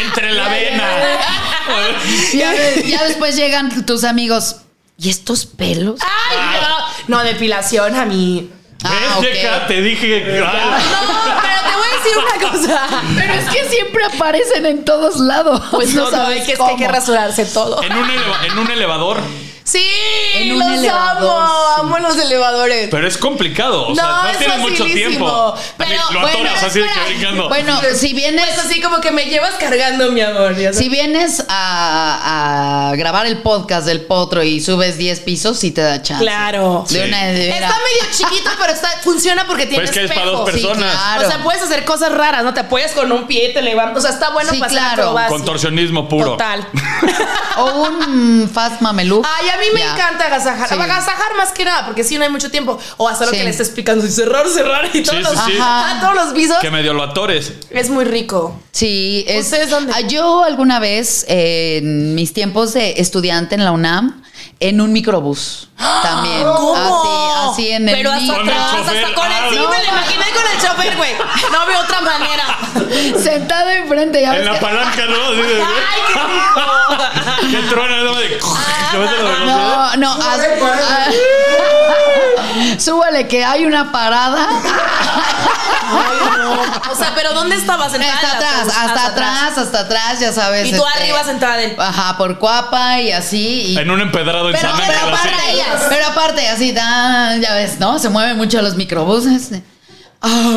Speaker 3: Entre la avena.
Speaker 5: Ya, ya después llegan tus amigos. ¿Y estos pelos?
Speaker 4: Ay, no. No, depilación a mí.
Speaker 5: Ah, ok.
Speaker 3: ¿Ves, Checa? Te dije que.
Speaker 4: No, pero te voy a decir una cosa.
Speaker 5: Pero es que siempre aparecen en todos lados.
Speaker 4: Pues no, no,
Speaker 5: sabes
Speaker 4: es que es que
Speaker 5: cómo.
Speaker 4: hay que rasurarse todo.
Speaker 3: En un, eleva- en un elevador.
Speaker 4: Sí,
Speaker 5: En un
Speaker 4: los
Speaker 5: elevador,
Speaker 4: amo.
Speaker 5: sí.
Speaker 4: Amo los elevadores.
Speaker 3: Pero es complicado. O sea,
Speaker 4: No,
Speaker 3: no,
Speaker 4: es
Speaker 3: tienes mucho
Speaker 4: facilísimo.
Speaker 3: tiempo.
Speaker 4: Pero,
Speaker 3: Así lo
Speaker 4: bueno,
Speaker 3: atoras así de que
Speaker 4: espera.
Speaker 3: brincando.
Speaker 5: Bueno, si vienes,
Speaker 4: Pues así como que me llevas cargando, mi amor. ya sabes.
Speaker 5: si vienes a, a grabar el podcast del potro y subes 10 pisos, sí te da chance.
Speaker 4: Claro.
Speaker 5: De una de
Speaker 4: Está medio chiquito, pero está, funciona porque tiene
Speaker 3: Pues que es para
Speaker 4: espejo.
Speaker 3: dos personas.
Speaker 5: claro.
Speaker 4: O sea, puedes hacer cosas raras, ¿no? Te apoyas con un pie, te levantas. O sea, está bueno
Speaker 5: Sí,
Speaker 4: para
Speaker 5: claro.
Speaker 4: hacer acrobacias.
Speaker 3: Contorsionismo puro.
Speaker 4: Total.
Speaker 5: O un mm, fast mameluco.
Speaker 4: Ay, a mí me
Speaker 5: Ya.
Speaker 4: encanta agasajar.
Speaker 5: Sí.
Speaker 4: Agasajar más que nada, porque si no hay mucho tiempo. O hacer lo
Speaker 5: Sí.
Speaker 4: que le estés explicando. Y cerrar, cerrar. Y todos,
Speaker 3: sí,
Speaker 4: los,
Speaker 3: sí.
Speaker 4: ah, todos los visos.
Speaker 3: Que medio lo atores.
Speaker 4: Es muy rico.
Speaker 5: Sí, es,
Speaker 4: ¿Ustedes dónde?
Speaker 5: Ah, Yo alguna vez, eh, en mis tiempos de estudiante en la UNAM, en un microbús también.
Speaker 4: ¿Cómo?
Speaker 5: Así, así en el
Speaker 4: Pero hasta
Speaker 5: micro.
Speaker 3: Con el
Speaker 4: atrás, hasta
Speaker 3: chofer,
Speaker 4: con
Speaker 3: ah,
Speaker 4: el... Sí,
Speaker 3: no.
Speaker 4: me lo imaginé con el chofer, güey. No veo otra manera.
Speaker 5: Sentado enfrente, ya
Speaker 3: En
Speaker 5: ves
Speaker 3: la
Speaker 5: que-
Speaker 3: palanca, ¿no? Así de- que truena nada más de.
Speaker 4: Ah,
Speaker 3: que mete la velocidad.
Speaker 5: No, no, haz- ah, súbale que hay una parada
Speaker 4: O sea, pero ¿dónde estabas? Sentada en la
Speaker 5: hasta
Speaker 4: autobús,
Speaker 5: atrás, hasta, atrás, hasta atrás, ya sabes. este,
Speaker 4: Y tú arriba sentada en-
Speaker 5: Ajá, por cuapa y así. y-
Speaker 3: En un empedrado en
Speaker 5: pero,
Speaker 3: San
Speaker 5: pero
Speaker 3: Ángel, así.
Speaker 5: aparte, pero aparte, así, tan, ya ves, ¿no? Se mueven mucho los microbuses. Ah,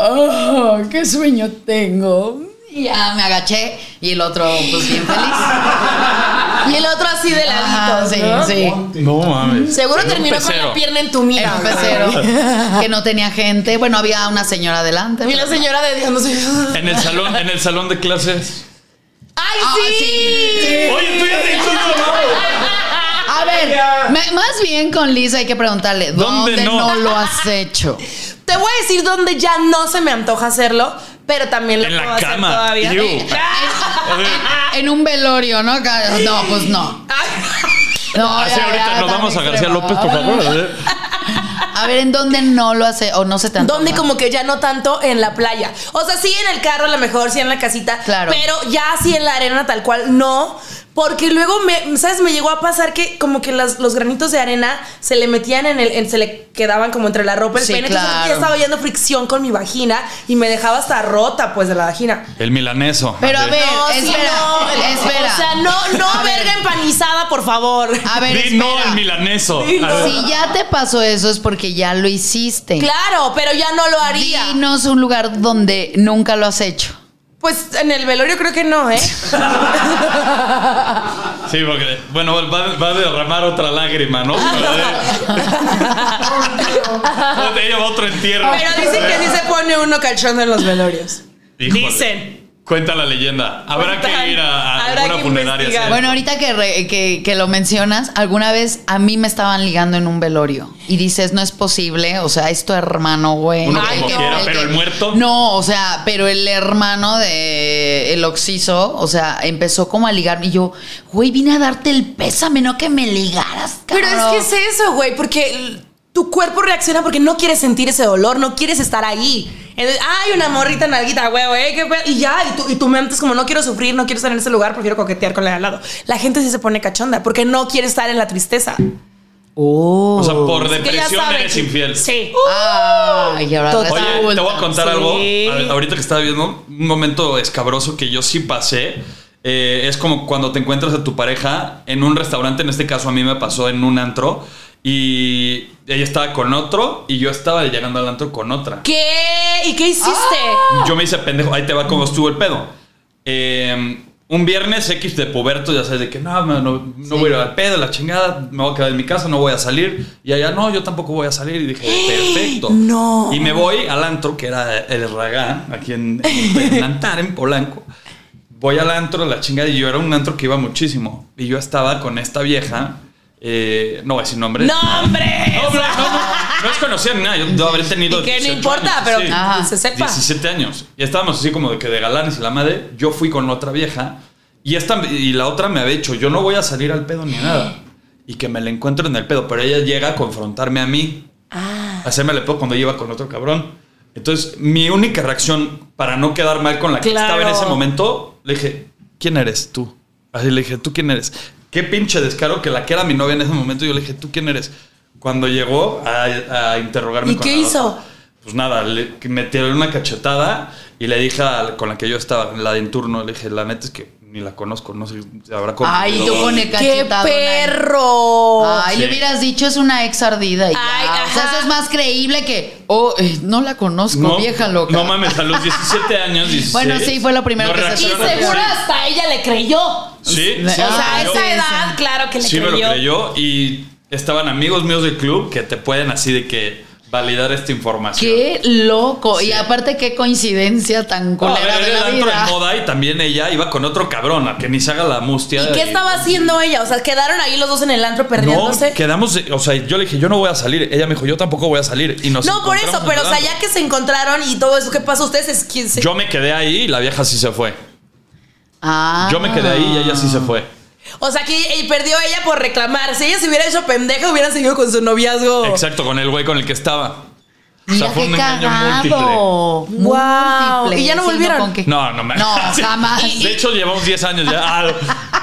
Speaker 5: ah, ¡Qué sueño tengo! Y Ya me agaché y el otro, pues bien feliz.
Speaker 4: Y el otro así de
Speaker 5: ah. Ajá,
Speaker 4: ladito,
Speaker 5: sí,
Speaker 4: ¿no?
Speaker 5: sí.
Speaker 3: No mames.
Speaker 4: Seguro
Speaker 3: Era un
Speaker 4: terminó con
Speaker 3: pecero.
Speaker 4: la pierna en tu
Speaker 5: Era
Speaker 4: mira.
Speaker 5: un pecero que no tenía gente. Bueno, había una señora adelante.
Speaker 4: Y la
Speaker 5: pero-
Speaker 4: señora de Dios, no sé.
Speaker 3: En el salón, en el salón de clases.
Speaker 4: ¡Ay,
Speaker 5: Ah,
Speaker 4: sí!
Speaker 5: sí,
Speaker 3: Oye, tú ya te hiciste
Speaker 5: A ver, me- más bien con Liz hay que preguntarle, ¿dónde,
Speaker 3: ¿Dónde
Speaker 5: no?
Speaker 3: no?
Speaker 5: lo has hecho?
Speaker 4: Te voy a decir dónde ya no se me antoja hacerlo, pero también lo
Speaker 3: En la
Speaker 4: puedo hacer
Speaker 3: cama.
Speaker 4: todavía.
Speaker 3: Iu.
Speaker 5: En un velorio, ¿no? Ca- No, pues no. No,
Speaker 3: Así
Speaker 5: ya, ya,
Speaker 3: Ah, ahorita nos
Speaker 5: tan
Speaker 3: vamos a García
Speaker 5: extremo.
Speaker 3: López, por favor. ¿eh?
Speaker 5: A ver, ¿en dónde no lo hace o no se te antoja?
Speaker 4: Donde como que ya no tanto en la playa. O sea, sí en el carro a lo mejor, sí en la casita.
Speaker 5: Claro.
Speaker 4: Pero ya así en la arena tal cual, no. Porque luego, me, ¿sabes? Me llegó a pasar que como que las- los granitos de arena se le metían en el... en- se le quedaban como entre la ropa y el
Speaker 5: Sí,
Speaker 4: pene. Entonces
Speaker 5: claro.
Speaker 4: ya estaba yendo fricción con mi vagina y me dejaba hasta rota pues de la vagina.
Speaker 3: El milaneso.
Speaker 5: Pero a
Speaker 3: Así.
Speaker 5: ver,
Speaker 4: No, sí,
Speaker 5: Eh, espera, eh,
Speaker 4: no.
Speaker 5: espera.
Speaker 4: O sea, no,
Speaker 5: A
Speaker 4: no
Speaker 5: ver. Ah.
Speaker 4: verga empanizada, por favor.
Speaker 5: A ver,
Speaker 3: Di no
Speaker 5: espera.
Speaker 3: al milaneso.
Speaker 5: Si ya te pasó eso es porque ya lo hiciste.
Speaker 4: Claro, pero ya no lo haría.
Speaker 5: Dinos un lugar donde nunca lo has hecho.
Speaker 4: Pues en el velorio creo que no, ¿eh?
Speaker 3: Sí, porque, bueno, va, va a derramar otra lágrima, ¿no?
Speaker 4: Ah.
Speaker 3: Ella va a otro entierro.
Speaker 4: Pero dicen que sí se pone uno cachondo en los velorios.
Speaker 3: Híjole.
Speaker 4: dicen.
Speaker 3: Cuenta la leyenda. Habrá
Speaker 4: Cuentan.
Speaker 3: que ir a, a
Speaker 4: Habrá
Speaker 3: alguna
Speaker 4: que
Speaker 3: funeraria.
Speaker 4: investigar.
Speaker 3: sí.
Speaker 5: Bueno, ahorita que, re- que, que lo mencionas, alguna vez a mí me estaban ligando en un velorio y dices, no es posible, o sea, es tu hermano, güey.
Speaker 3: Uno
Speaker 4: Ay,
Speaker 3: como
Speaker 4: no,
Speaker 3: quiera,
Speaker 4: el
Speaker 3: pero
Speaker 5: que-
Speaker 3: el muerto.
Speaker 5: No, o sea, pero el hermano de el oxiso, o sea, empezó como a ligarme y yo, güey, vine a darte el pésame, no que me ligaras,
Speaker 4: Pero es
Speaker 5: cabrón".
Speaker 4: que es eso, güey, porque el- tu cuerpo reacciona porque no quieres sentir ese dolor, no quieres estar ahí. Entonces, hay una morrita nalguita, güey, güey, qué pedo. Y ya, y tu, y tu mente es como, no quiero sufrir, no quiero estar en ese lugar, prefiero coquetear con la de al lado. La gente sí se pone cachonda porque no quiere estar en la tristeza.
Speaker 3: o sea, por
Speaker 4: Que ya
Speaker 3: depresión
Speaker 4: saben
Speaker 3: eres
Speaker 4: que-
Speaker 3: infiel.
Speaker 4: Sí.
Speaker 5: Ay, ahora
Speaker 4: Total.
Speaker 5: resulta.
Speaker 3: Oye, te voy a contar
Speaker 4: Sí.
Speaker 3: algo. A- Ahorita que estaba viendo un momento escabroso que yo sí pasé. eh, es como cuando te encuentras a tu pareja en un restaurante. En este caso, a mí me pasó en un antro. Y ella estaba con otro. Y yo estaba llegando al antro con otra.
Speaker 4: ¿Qué? ¿Y qué hiciste?
Speaker 3: Ah. Yo me hice pendejo. Ahí te va cómo estuvo el pedo. Eh, un viernes X de puberto, ya sabes, de que no, no, no voy a ir al pedo, la chingada, me voy a quedar en mi casa, no voy a salir. Y allá, no, yo tampoco voy a salir. Y dije, perfecto.
Speaker 4: ¡Eh! No.
Speaker 3: Y me voy al antro, que era el Ragán, aquí en, en Plantar, en Polanco. Voy al antro, la chingada, y yo era un antro que iba muchísimo. Y yo estaba con esta vieja, eh, no voy a decir nombre.
Speaker 4: ¡Nombres!
Speaker 3: No, no, no, no, no es conocida ni nada, yo debo haber tenido.
Speaker 4: Y que no
Speaker 3: 18
Speaker 4: importa,
Speaker 3: años,
Speaker 4: pero Ah,
Speaker 3: sí.
Speaker 4: que se sepa.
Speaker 3: 17 años. Y estábamos así como de que de galanes y la madre. Yo fui con otra vieja y, esta, y la otra me había dicho, yo no voy a salir al pedo ni nada. Y que me la encuentro en el pedo, pero ella llega a confrontarme a mí.
Speaker 4: Ah.
Speaker 3: a Hacerme el pedo cuando lleva con otro cabrón. Entonces, mi única reacción para no quedar mal con la que
Speaker 4: Claro.
Speaker 3: estaba en ese momento, le dije, ¿quién eres tú? Así le dije, ¿tú quién eres? Qué pinche descaro que la que era mi novia en ese momento, yo le dije, ¿tú quién eres? Cuando llegó a, a interrogarme
Speaker 4: ¿Y
Speaker 3: con
Speaker 4: qué
Speaker 3: la
Speaker 4: hizo?
Speaker 3: otra, pues nada, le, que me tiró una cachetada y le dije a la- con la que yo estaba, la de en turno, le dije, la neta es que ni la conozco, no sé, se habrá
Speaker 5: Ay, tú
Speaker 3: confundido".
Speaker 5: con el
Speaker 4: ¡Qué
Speaker 5: cachetadón ahí.
Speaker 4: perro!
Speaker 5: Ay,
Speaker 3: Sí.
Speaker 5: le hubieras dicho es una ex ardida. y ya. o sea, eso es más creíble que, oh, eh, no la conozco,
Speaker 3: No,
Speaker 5: vieja loca.
Speaker 3: No mames, a los 17 años, 16.
Speaker 5: Bueno, sí, fue lo primero que se-
Speaker 4: Y
Speaker 3: reaccionas.
Speaker 4: seguro hasta ella le creyó. O
Speaker 3: Sí, sí,
Speaker 5: sea,
Speaker 4: sea, a
Speaker 3: Ah, yo-
Speaker 4: esa edad, claro que le
Speaker 3: Sí, me
Speaker 4: creyó.
Speaker 3: lo creyó y estaban amigos míos del club que te pueden así de que validar esta información.
Speaker 5: Qué loco. Y aparte, qué coincidencia tan
Speaker 3: No, a ver,
Speaker 5: culera de
Speaker 3: era
Speaker 5: la
Speaker 3: el antro en
Speaker 5: vida.
Speaker 3: moda y también ella iba con otro cabrón, a que ni se haga la mustia.
Speaker 4: ¿Y qué estaba haciendo ella? O sea, quedaron ahí los dos en el antro
Speaker 3: No,
Speaker 4: perdiéndose.
Speaker 3: quedamos, o sea, yo le dije, yo no voy a salir. Ella me dijo, yo tampoco voy a salir. Y nos
Speaker 4: No, por eso,
Speaker 3: encontramos
Speaker 4: pero
Speaker 3: en
Speaker 4: o
Speaker 3: el
Speaker 4: sea,
Speaker 3: antro.
Speaker 4: ya que se encontraron y todo eso, ¿qué pasó? Ustedes es quien se...
Speaker 3: Yo me quedé ahí y la vieja sí se fue.
Speaker 5: Ah.
Speaker 3: Yo me quedé ahí y ella sí se fue.
Speaker 4: O sea, que y perdió ella por reclamar. Si ella se hubiera hecho pendeja, hubiera seguido con su noviazgo.
Speaker 3: Exacto, con el güey con el que estaba. O sea,
Speaker 5: Mira
Speaker 3: fue
Speaker 5: qué
Speaker 3: un engaño múltiple.
Speaker 5: cagado.
Speaker 4: Guau.
Speaker 5: Múltiple.
Speaker 4: ¿Y ya no
Speaker 5: Sí,
Speaker 4: volvieron?
Speaker 5: con qué.
Speaker 3: No, no me
Speaker 5: No,
Speaker 3: sí.
Speaker 5: jamás.
Speaker 3: De hecho, llevamos 10 años ya. Ah,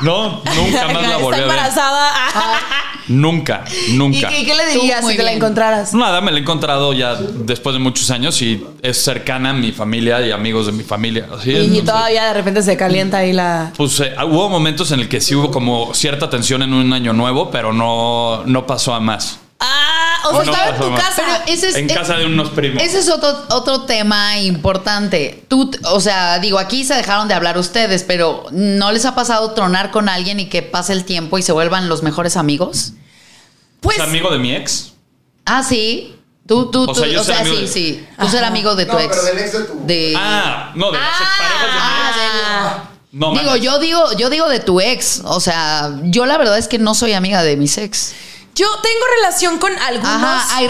Speaker 3: no, nunca más la
Speaker 4: Está
Speaker 3: volví a ver.
Speaker 4: embarazada.
Speaker 3: Nunca,
Speaker 4: Ah, ¿Y
Speaker 3: nunca.
Speaker 4: qué, qué le
Speaker 5: Tú
Speaker 4: dirías
Speaker 5: muy
Speaker 4: si te la
Speaker 5: bien.
Speaker 4: encontraras?
Speaker 3: Nada, me la he encontrado ya después de muchos años y es cercana a mi familia y amigos de mi familia. Así es,
Speaker 4: Y,
Speaker 3: entonces,
Speaker 4: todavía de repente se calienta ahí la...
Speaker 3: Pues eh, hubo momentos en el que sí hubo como cierta tensión en un año nuevo, pero no, no pasó a más.
Speaker 4: Ah, o sea,
Speaker 3: No
Speaker 4: estaba en
Speaker 3: pasa
Speaker 4: tu
Speaker 3: nada.
Speaker 4: casa.
Speaker 5: Pero ese es,
Speaker 3: en
Speaker 5: eh,
Speaker 3: casa de unos primos.
Speaker 5: Ese es otro, otro tema importante. Tú, t- o sea, digo, aquí se dejaron de hablar ustedes, pero ¿no les ha pasado tronar con alguien y que pase el tiempo y se vuelvan los mejores amigos?
Speaker 4: pues,
Speaker 3: ¿Es amigo de mi ex?
Speaker 5: Ah, sí. Tú, tú,
Speaker 3: O
Speaker 5: tú,
Speaker 3: sea, yo
Speaker 5: o
Speaker 3: ser
Speaker 5: sea,
Speaker 3: amigo
Speaker 5: sí,
Speaker 3: de-
Speaker 5: sí. Tú ser amigo de tu ex. De-
Speaker 3: Ah, no, de las exparejas de mi ex.
Speaker 4: ah,
Speaker 3: No,
Speaker 5: digo,
Speaker 3: mames.
Speaker 5: yo digo, yo digo de tu ex. O sea, yo la verdad es que no soy amiga de mis ex.
Speaker 4: yo tengo relación con algunos...
Speaker 5: Ajá, hay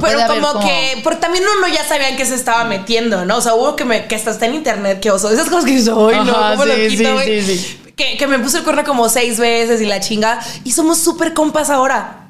Speaker 4: Pero
Speaker 5: puede haber
Speaker 4: como, que, porque también uno ya sabían que se estaba metiendo, ¿no? O sea, hubo que, me, que hasta está en internet, que oso. Esas cosas que dices, "Ay, no,
Speaker 5: Ajá,
Speaker 4: ¿cómo lo
Speaker 5: sí,
Speaker 4: quito,
Speaker 5: sí,
Speaker 4: güey?"
Speaker 5: sí, sí.
Speaker 4: Que, que me puso el cuerno como seis veces y la chinga. Y somos súper compas ahora.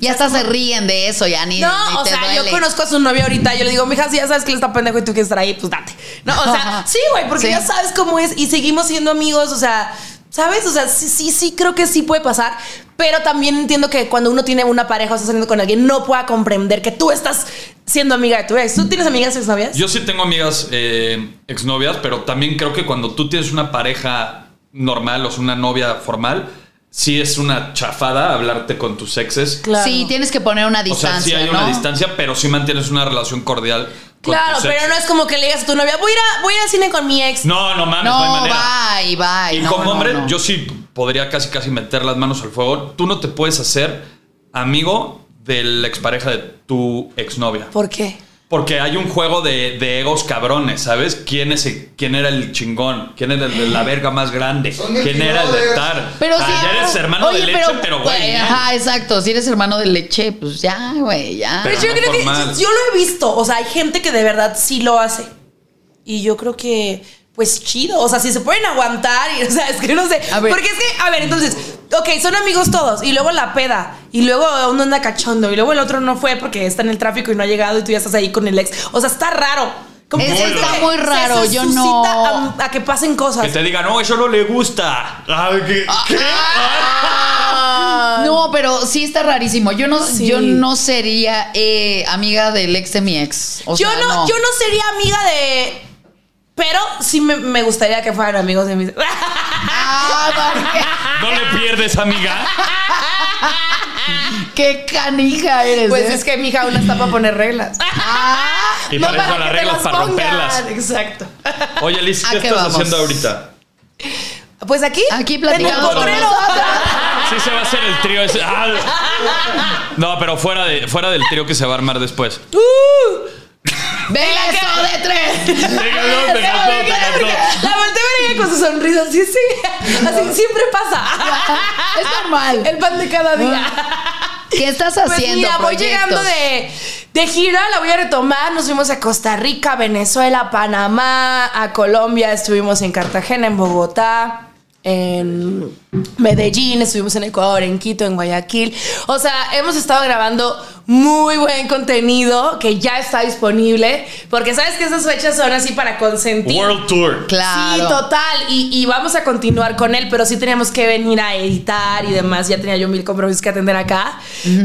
Speaker 5: Y hasta se ríen de eso, ya ni. ni
Speaker 4: No, o
Speaker 5: te
Speaker 4: sea, yo
Speaker 5: duele.
Speaker 4: conozco a su novia ahorita. Yo le digo, mija, si ya sabes que él está pendejo y tú quieres estar ahí, pues date. No, o sea, sí, güey, porque
Speaker 5: Sí.
Speaker 4: ya sabes cómo es y seguimos siendo amigos, o sea, ¿sabes? O sea, sí, sí, sí, creo que sí puede pasar. Pero también entiendo que cuando uno tiene una pareja o está saliendo con alguien, no pueda comprender que tú estás siendo amiga de tu ex. ¿Tú tienes amigas exnovias?
Speaker 3: Yo sí tengo amigas eh, exnovias, pero también creo que cuando tú tienes una pareja normal o sea, una novia formal, sí es una chafada hablarte con tus exes.
Speaker 4: Claro.
Speaker 5: Sí, tienes que poner una
Speaker 3: O
Speaker 5: distancia.
Speaker 3: sea, sí hay
Speaker 5: ¿no?
Speaker 3: una distancia, pero sí mantienes una relación cordial con
Speaker 4: Claro,
Speaker 3: tus
Speaker 4: pero
Speaker 3: exes.
Speaker 4: no es como que le digas a tu novia, voy a ir, a- voy a ir al cine con mi ex.
Speaker 3: No, no mames, pues, no, hay
Speaker 5: No,
Speaker 3: manera.
Speaker 5: bye, bye.
Speaker 3: Y
Speaker 5: no,
Speaker 3: como
Speaker 5: no,
Speaker 3: hombre,
Speaker 5: no.
Speaker 3: yo sí podría casi casi meter las manos al fuego. Tú no te puedes hacer amigo de la expareja de tu exnovia.
Speaker 4: ¿Por qué?
Speaker 3: Porque hay un juego de, de egos cabrones, ¿sabes? ¿Quién, es el- ¿Quién era el chingón? ¿Quién era el de la verga más grande? ¿Quién era el de tar?
Speaker 5: Pero
Speaker 3: O sea,
Speaker 5: sí.
Speaker 3: ah,
Speaker 5: ah,
Speaker 3: ya eres hermano de leche, pero güey.
Speaker 5: eh,
Speaker 3: ¿eh?
Speaker 5: Ajá, exacto. Si eres hermano de leche, pues ya, güey, ya.
Speaker 4: Pero,
Speaker 3: Pero
Speaker 4: yo
Speaker 3: no
Speaker 4: creo que
Speaker 3: formal.
Speaker 4: yo lo he visto. O sea, hay gente que de verdad sí lo hace. Y yo creo que, pues chido. O sea, si se pueden aguantar. Y, o sea, es que no sé.
Speaker 5: A ver.
Speaker 4: Porque es que, a ver, entonces, ok, son amigos todos. Y luego la peda. Y luego uno anda cachondo. Y luego el otro no fue porque está en el tráfico y no ha llegado. Y tú ya estás ahí con el ex. O sea, está raro. Como
Speaker 5: Es-
Speaker 4: que siento
Speaker 5: está
Speaker 4: que
Speaker 5: muy
Speaker 4: se
Speaker 5: raro, yo
Speaker 4: suscita
Speaker 5: no.
Speaker 4: A, a que pasen
Speaker 3: Que
Speaker 4: cosas.
Speaker 3: te diga, no, eso no le gusta. Ay, ¿qué?
Speaker 5: Ah,
Speaker 3: ¿Ah? ¿Qué?
Speaker 5: No, pero sí está rarísimo. Yo no,
Speaker 4: Sí.
Speaker 5: yo no sería eh, amiga del ex de mi ex. O
Speaker 4: yo
Speaker 5: sea,
Speaker 4: no,
Speaker 5: no.
Speaker 4: yo no sería amiga de. Pero sí me, me gustaría que fueran amigos de mis.
Speaker 5: Ah, María,
Speaker 3: No le pierdes, amiga.
Speaker 5: qué canija eres.
Speaker 4: Pues
Speaker 5: ¿eh?
Speaker 4: es que mi hija una está para poner reglas.
Speaker 3: Y para eso las reglas, para romperlas.
Speaker 4: Exacto.
Speaker 3: Oye, Liz,
Speaker 5: ¿A
Speaker 3: ¿qué
Speaker 5: Ah, qué
Speaker 3: estás
Speaker 5: vamos?
Speaker 3: haciendo ahorita?
Speaker 4: Pues aquí. Aquí
Speaker 5: platicamos con
Speaker 3: Sí se va a hacer el trío ese. ¡Ah! No, pero fuera, de, fuera del trío que se va a armar después.
Speaker 4: Uh.
Speaker 5: ¡Beso de tres!
Speaker 3: ganó, te ganó, te ganó.
Speaker 4: La volteé a ver ella con su sonrisa. Sí, sí. Así siempre pasa.
Speaker 5: Es normal.
Speaker 4: El pan de cada día.
Speaker 5: ¿Qué estás
Speaker 4: Pues
Speaker 5: haciendo?
Speaker 4: mira, voy llegando
Speaker 5: proyectos?
Speaker 4: de, de gira, la voy a retomar. Nos fuimos a Costa Rica, Venezuela, Panamá, a Colombia. Estuvimos en Cartagena, en Bogotá, en Medellín, estuvimos en Ecuador, en Quito, en Guayaquil. O sea, hemos estado grabando muy buen contenido que ya está disponible. Porque sabes que esas fechas son así para consentir.
Speaker 3: World Tour.
Speaker 4: Sí,
Speaker 5: Claro.
Speaker 4: total. Y, y vamos a continuar con él, pero sí teníamos que venir a editar y demás. Ya tenía yo mil compromisos que atender acá.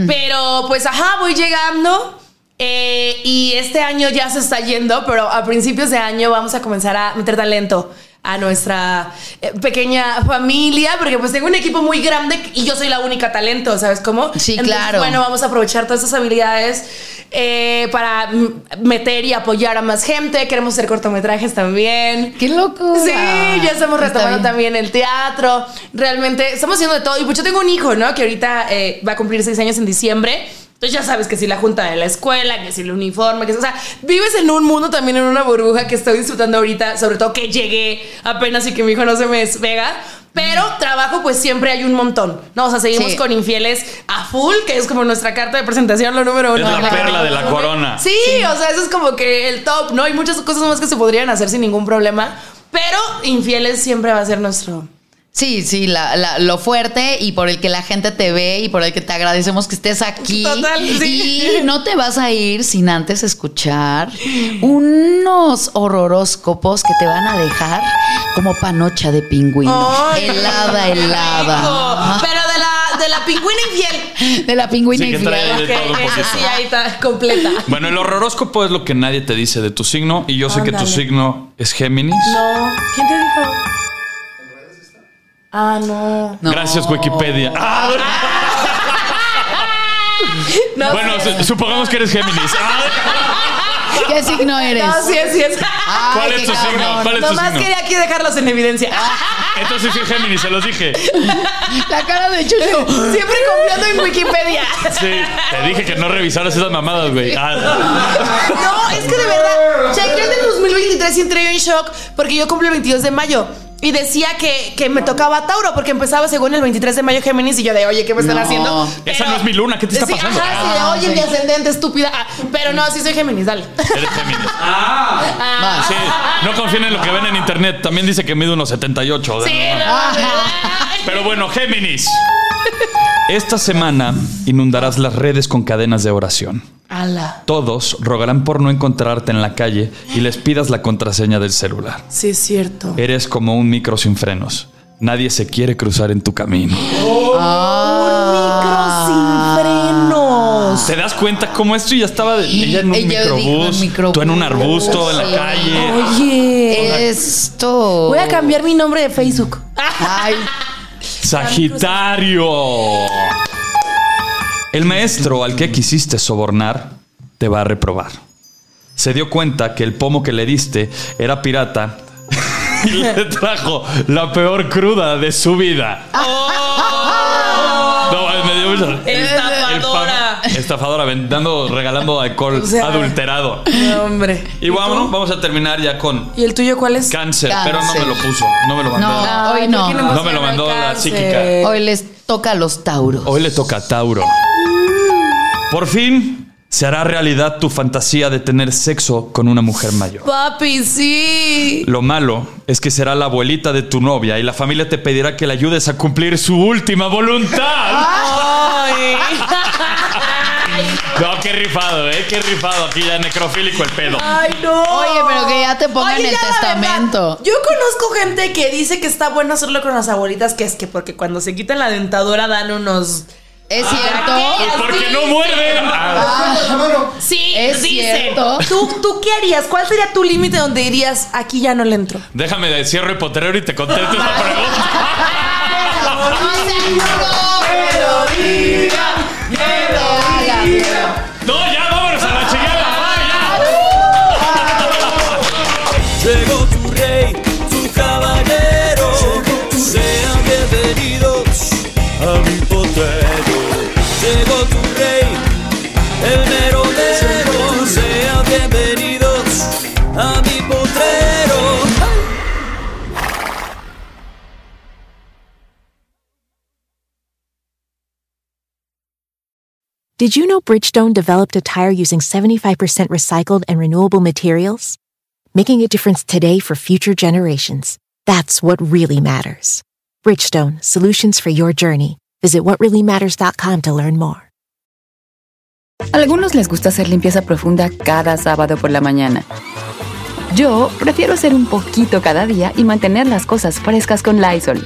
Speaker 4: Pero pues, ajá, voy llegando. eh, y este año ya se está yendo, pero a principios de año vamos a comenzar a meter talento a nuestra eh, pequeña familia, porque pues tengo un equipo muy grande y yo soy la única talento, ¿sabes cómo?
Speaker 5: Sí,
Speaker 4: Entonces,
Speaker 5: claro.
Speaker 4: Bueno, vamos a aprovechar todas esas habilidades eh, para mm, meter y apoyar a más gente. Queremos hacer cortometrajes también.
Speaker 5: ¡Qué loco!
Speaker 4: Sí, ya estamos retomando
Speaker 5: también.
Speaker 4: también el teatro. Realmente estamos haciendo de todo. Y pues yo tengo un hijo, ¿no? Que ahorita eh, va a cumplir seis años en diciembre. Entonces ya sabes que si la junta de la escuela, que si el uniforme, que si- o sea, vives en un mundo también en una burbuja que estoy disfrutando ahorita, sobre todo que llegué apenas y que mi hijo no se me despega. Pero trabajo pues siempre hay un montón, ¿no? O sea, seguimos
Speaker 5: Sí.
Speaker 4: con Infieles a full, que es como nuestra carta de presentación, lo número
Speaker 3: Es
Speaker 4: uno.
Speaker 3: la perla de la corona.
Speaker 4: Sí, o sea, eso es como que el top, ¿no? Hay muchas cosas más que se podrían hacer sin ningún problema, pero infieles siempre va a ser nuestro.
Speaker 5: Sí, sí, la- la- lo fuerte y por el que la gente te ve y por el que te agradecemos que estés aquí.
Speaker 4: Total, sí.
Speaker 5: Y no te vas a ir sin antes escuchar unos horroróscopos que te van a dejar como panocha de pingüino.
Speaker 4: Ay,
Speaker 5: helada,
Speaker 4: qué
Speaker 5: helada.
Speaker 4: rico. Pero de la, de la pingüina infiel.
Speaker 5: De la pingüina
Speaker 3: Sí, que
Speaker 5: infiel.
Speaker 3: trae de todo un
Speaker 4: Que esa
Speaker 3: poquito.
Speaker 4: sí, ahí está, completa.
Speaker 3: Bueno, el horroróscopo es lo que nadie te dice de tu signo y yo sé que tu
Speaker 4: Ándale.
Speaker 3: signo es Géminis.
Speaker 4: No, ¿quién te dijo? Ah, no.
Speaker 5: No.
Speaker 3: Gracias Wikipedia. Ah,
Speaker 4: no
Speaker 3: bueno,
Speaker 4: sí.
Speaker 3: su- supongamos que eres Géminis. Ah,
Speaker 5: ¿Qué signo eres?
Speaker 4: No, sí es, sí es.
Speaker 5: Ay,
Speaker 3: ¿Cuál es
Speaker 5: qué
Speaker 3: tu signo?
Speaker 5: cabrón.
Speaker 3: Ah, ¿Cuál es tu
Speaker 4: Nomás
Speaker 3: signo?
Speaker 4: quería aquí dejarlos en evidencia.
Speaker 3: entonces sí es Géminis, se los dije.
Speaker 5: La cara de Chucho.
Speaker 4: Siempre confiando en Wikipedia.
Speaker 3: Sí, te dije que no revisaras esas mamadas, güey. Ah,
Speaker 4: No, es que de verdad, chequé el del 2023 y entré yo en shock porque yo cumplo el 22 de mayo. Y decía que, que me tocaba Tauro porque empezaba según el 23 de mayo Géminis y yo de, oye, ¿qué me están
Speaker 5: No.
Speaker 4: haciendo?
Speaker 3: Esa no es mi luna, ¿qué te está
Speaker 4: Sí,
Speaker 3: pasando?
Speaker 4: Ajá, sí, de,
Speaker 5: Ah,
Speaker 4: oye,
Speaker 5: sí.
Speaker 4: mi ascendente, estúpida. Ah, pero no, sí soy Géminis, dale.
Speaker 3: eres Géminis.
Speaker 5: Va.
Speaker 3: Ah, Sí, no confíen en lo que ven en internet. También dice que mide unos 78.
Speaker 4: Sí, no,
Speaker 3: Pero bueno, Géminis. Esta semana inundarás las redes con cadenas de oración.
Speaker 4: Ala.
Speaker 3: Todos rogarán por no encontrarte en la calle y les pidas la contraseña del celular.
Speaker 4: Sí, es cierto.
Speaker 3: Eres como un micro sin frenos. Nadie se quiere cruzar en tu camino.
Speaker 4: Un micro sin frenos.
Speaker 3: ¿Te das cuenta cómo esto ya estaba de- ella en un
Speaker 5: Ella dijo en
Speaker 3: microbús,
Speaker 5: microbús.
Speaker 3: tú en un arbusto en
Speaker 5: Sí.
Speaker 3: la calle?
Speaker 4: Oye.
Speaker 5: Esto.
Speaker 4: Eh, Voy a cambiar mi nombre de Facebook.
Speaker 5: Ay,
Speaker 3: Sagitario. El maestro al que quisiste sobornar te va a reprobar. Se dio cuenta que el pomo que le diste era pirata y le trajo la peor cruda de su vida. No, me dio mucha- el- el
Speaker 4: Estafadora.
Speaker 3: pavo- Estafadora, ven- dando, regalando alcohol
Speaker 4: O sea-
Speaker 3: adulterado.
Speaker 4: No, hombre.
Speaker 3: Y vámonos, vamos a terminar ya con
Speaker 4: ¿Y el tuyo cuál es?
Speaker 3: cáncer, pero no me lo
Speaker 5: Cáncer.
Speaker 3: puso, no me lo mandó.
Speaker 5: No. Hoy
Speaker 4: ¿por qué
Speaker 3: No me lo mandó la
Speaker 4: alcance?
Speaker 3: psíquica.
Speaker 5: hoy les toca a los tauros.
Speaker 3: Hoy le toca a Tauro. Por fin se hará realidad tu fantasía de tener sexo con una mujer mayor.
Speaker 4: Papi, sí.
Speaker 3: Lo malo es que será la abuelita de tu novia y la familia te pedirá que la ayudes a cumplir su última voluntad.
Speaker 4: Ay.
Speaker 3: No, qué rifado, ¿eh? Qué rifado. Aquí ya necrofílico el pedo.
Speaker 4: Ay, no.
Speaker 5: Oye, pero que ya te pongan el
Speaker 4: ya, la
Speaker 5: testamento.
Speaker 4: verdad, yo conozco gente que dice que está bueno hacerlo con las abuelitas, que es que porque cuando se quitan la dentadura dan unos.
Speaker 5: ¿Es cierto?
Speaker 3: Pues porque no muerden. Ah,
Speaker 4: Sí,
Speaker 5: ¿Es
Speaker 4: dicen.
Speaker 5: cierto?
Speaker 4: ¿Tú, ¿Tú qué harías? ¿Cuál sería tu límite donde dirías aquí ya no le entro?
Speaker 3: déjame de cierro el potrero y te contesto esa pregunta. No, ya vámonos a la chingada. bye, ya.
Speaker 6: Llegó tu rey, tu caballero. Llegó tu
Speaker 11: Did you know Bridgestone developed a tire using 75% recycled and renewable materials? Making a difference today for future generations. That's what really matters. Bridgestone, solutions for your journey. Visit whatreallymatters.com to learn more.
Speaker 10: Algunos les gusta hacer limpieza profunda cada sábado por la mañana. Yo prefiero hacer un poquito cada día y mantener las cosas frescas con Lysol.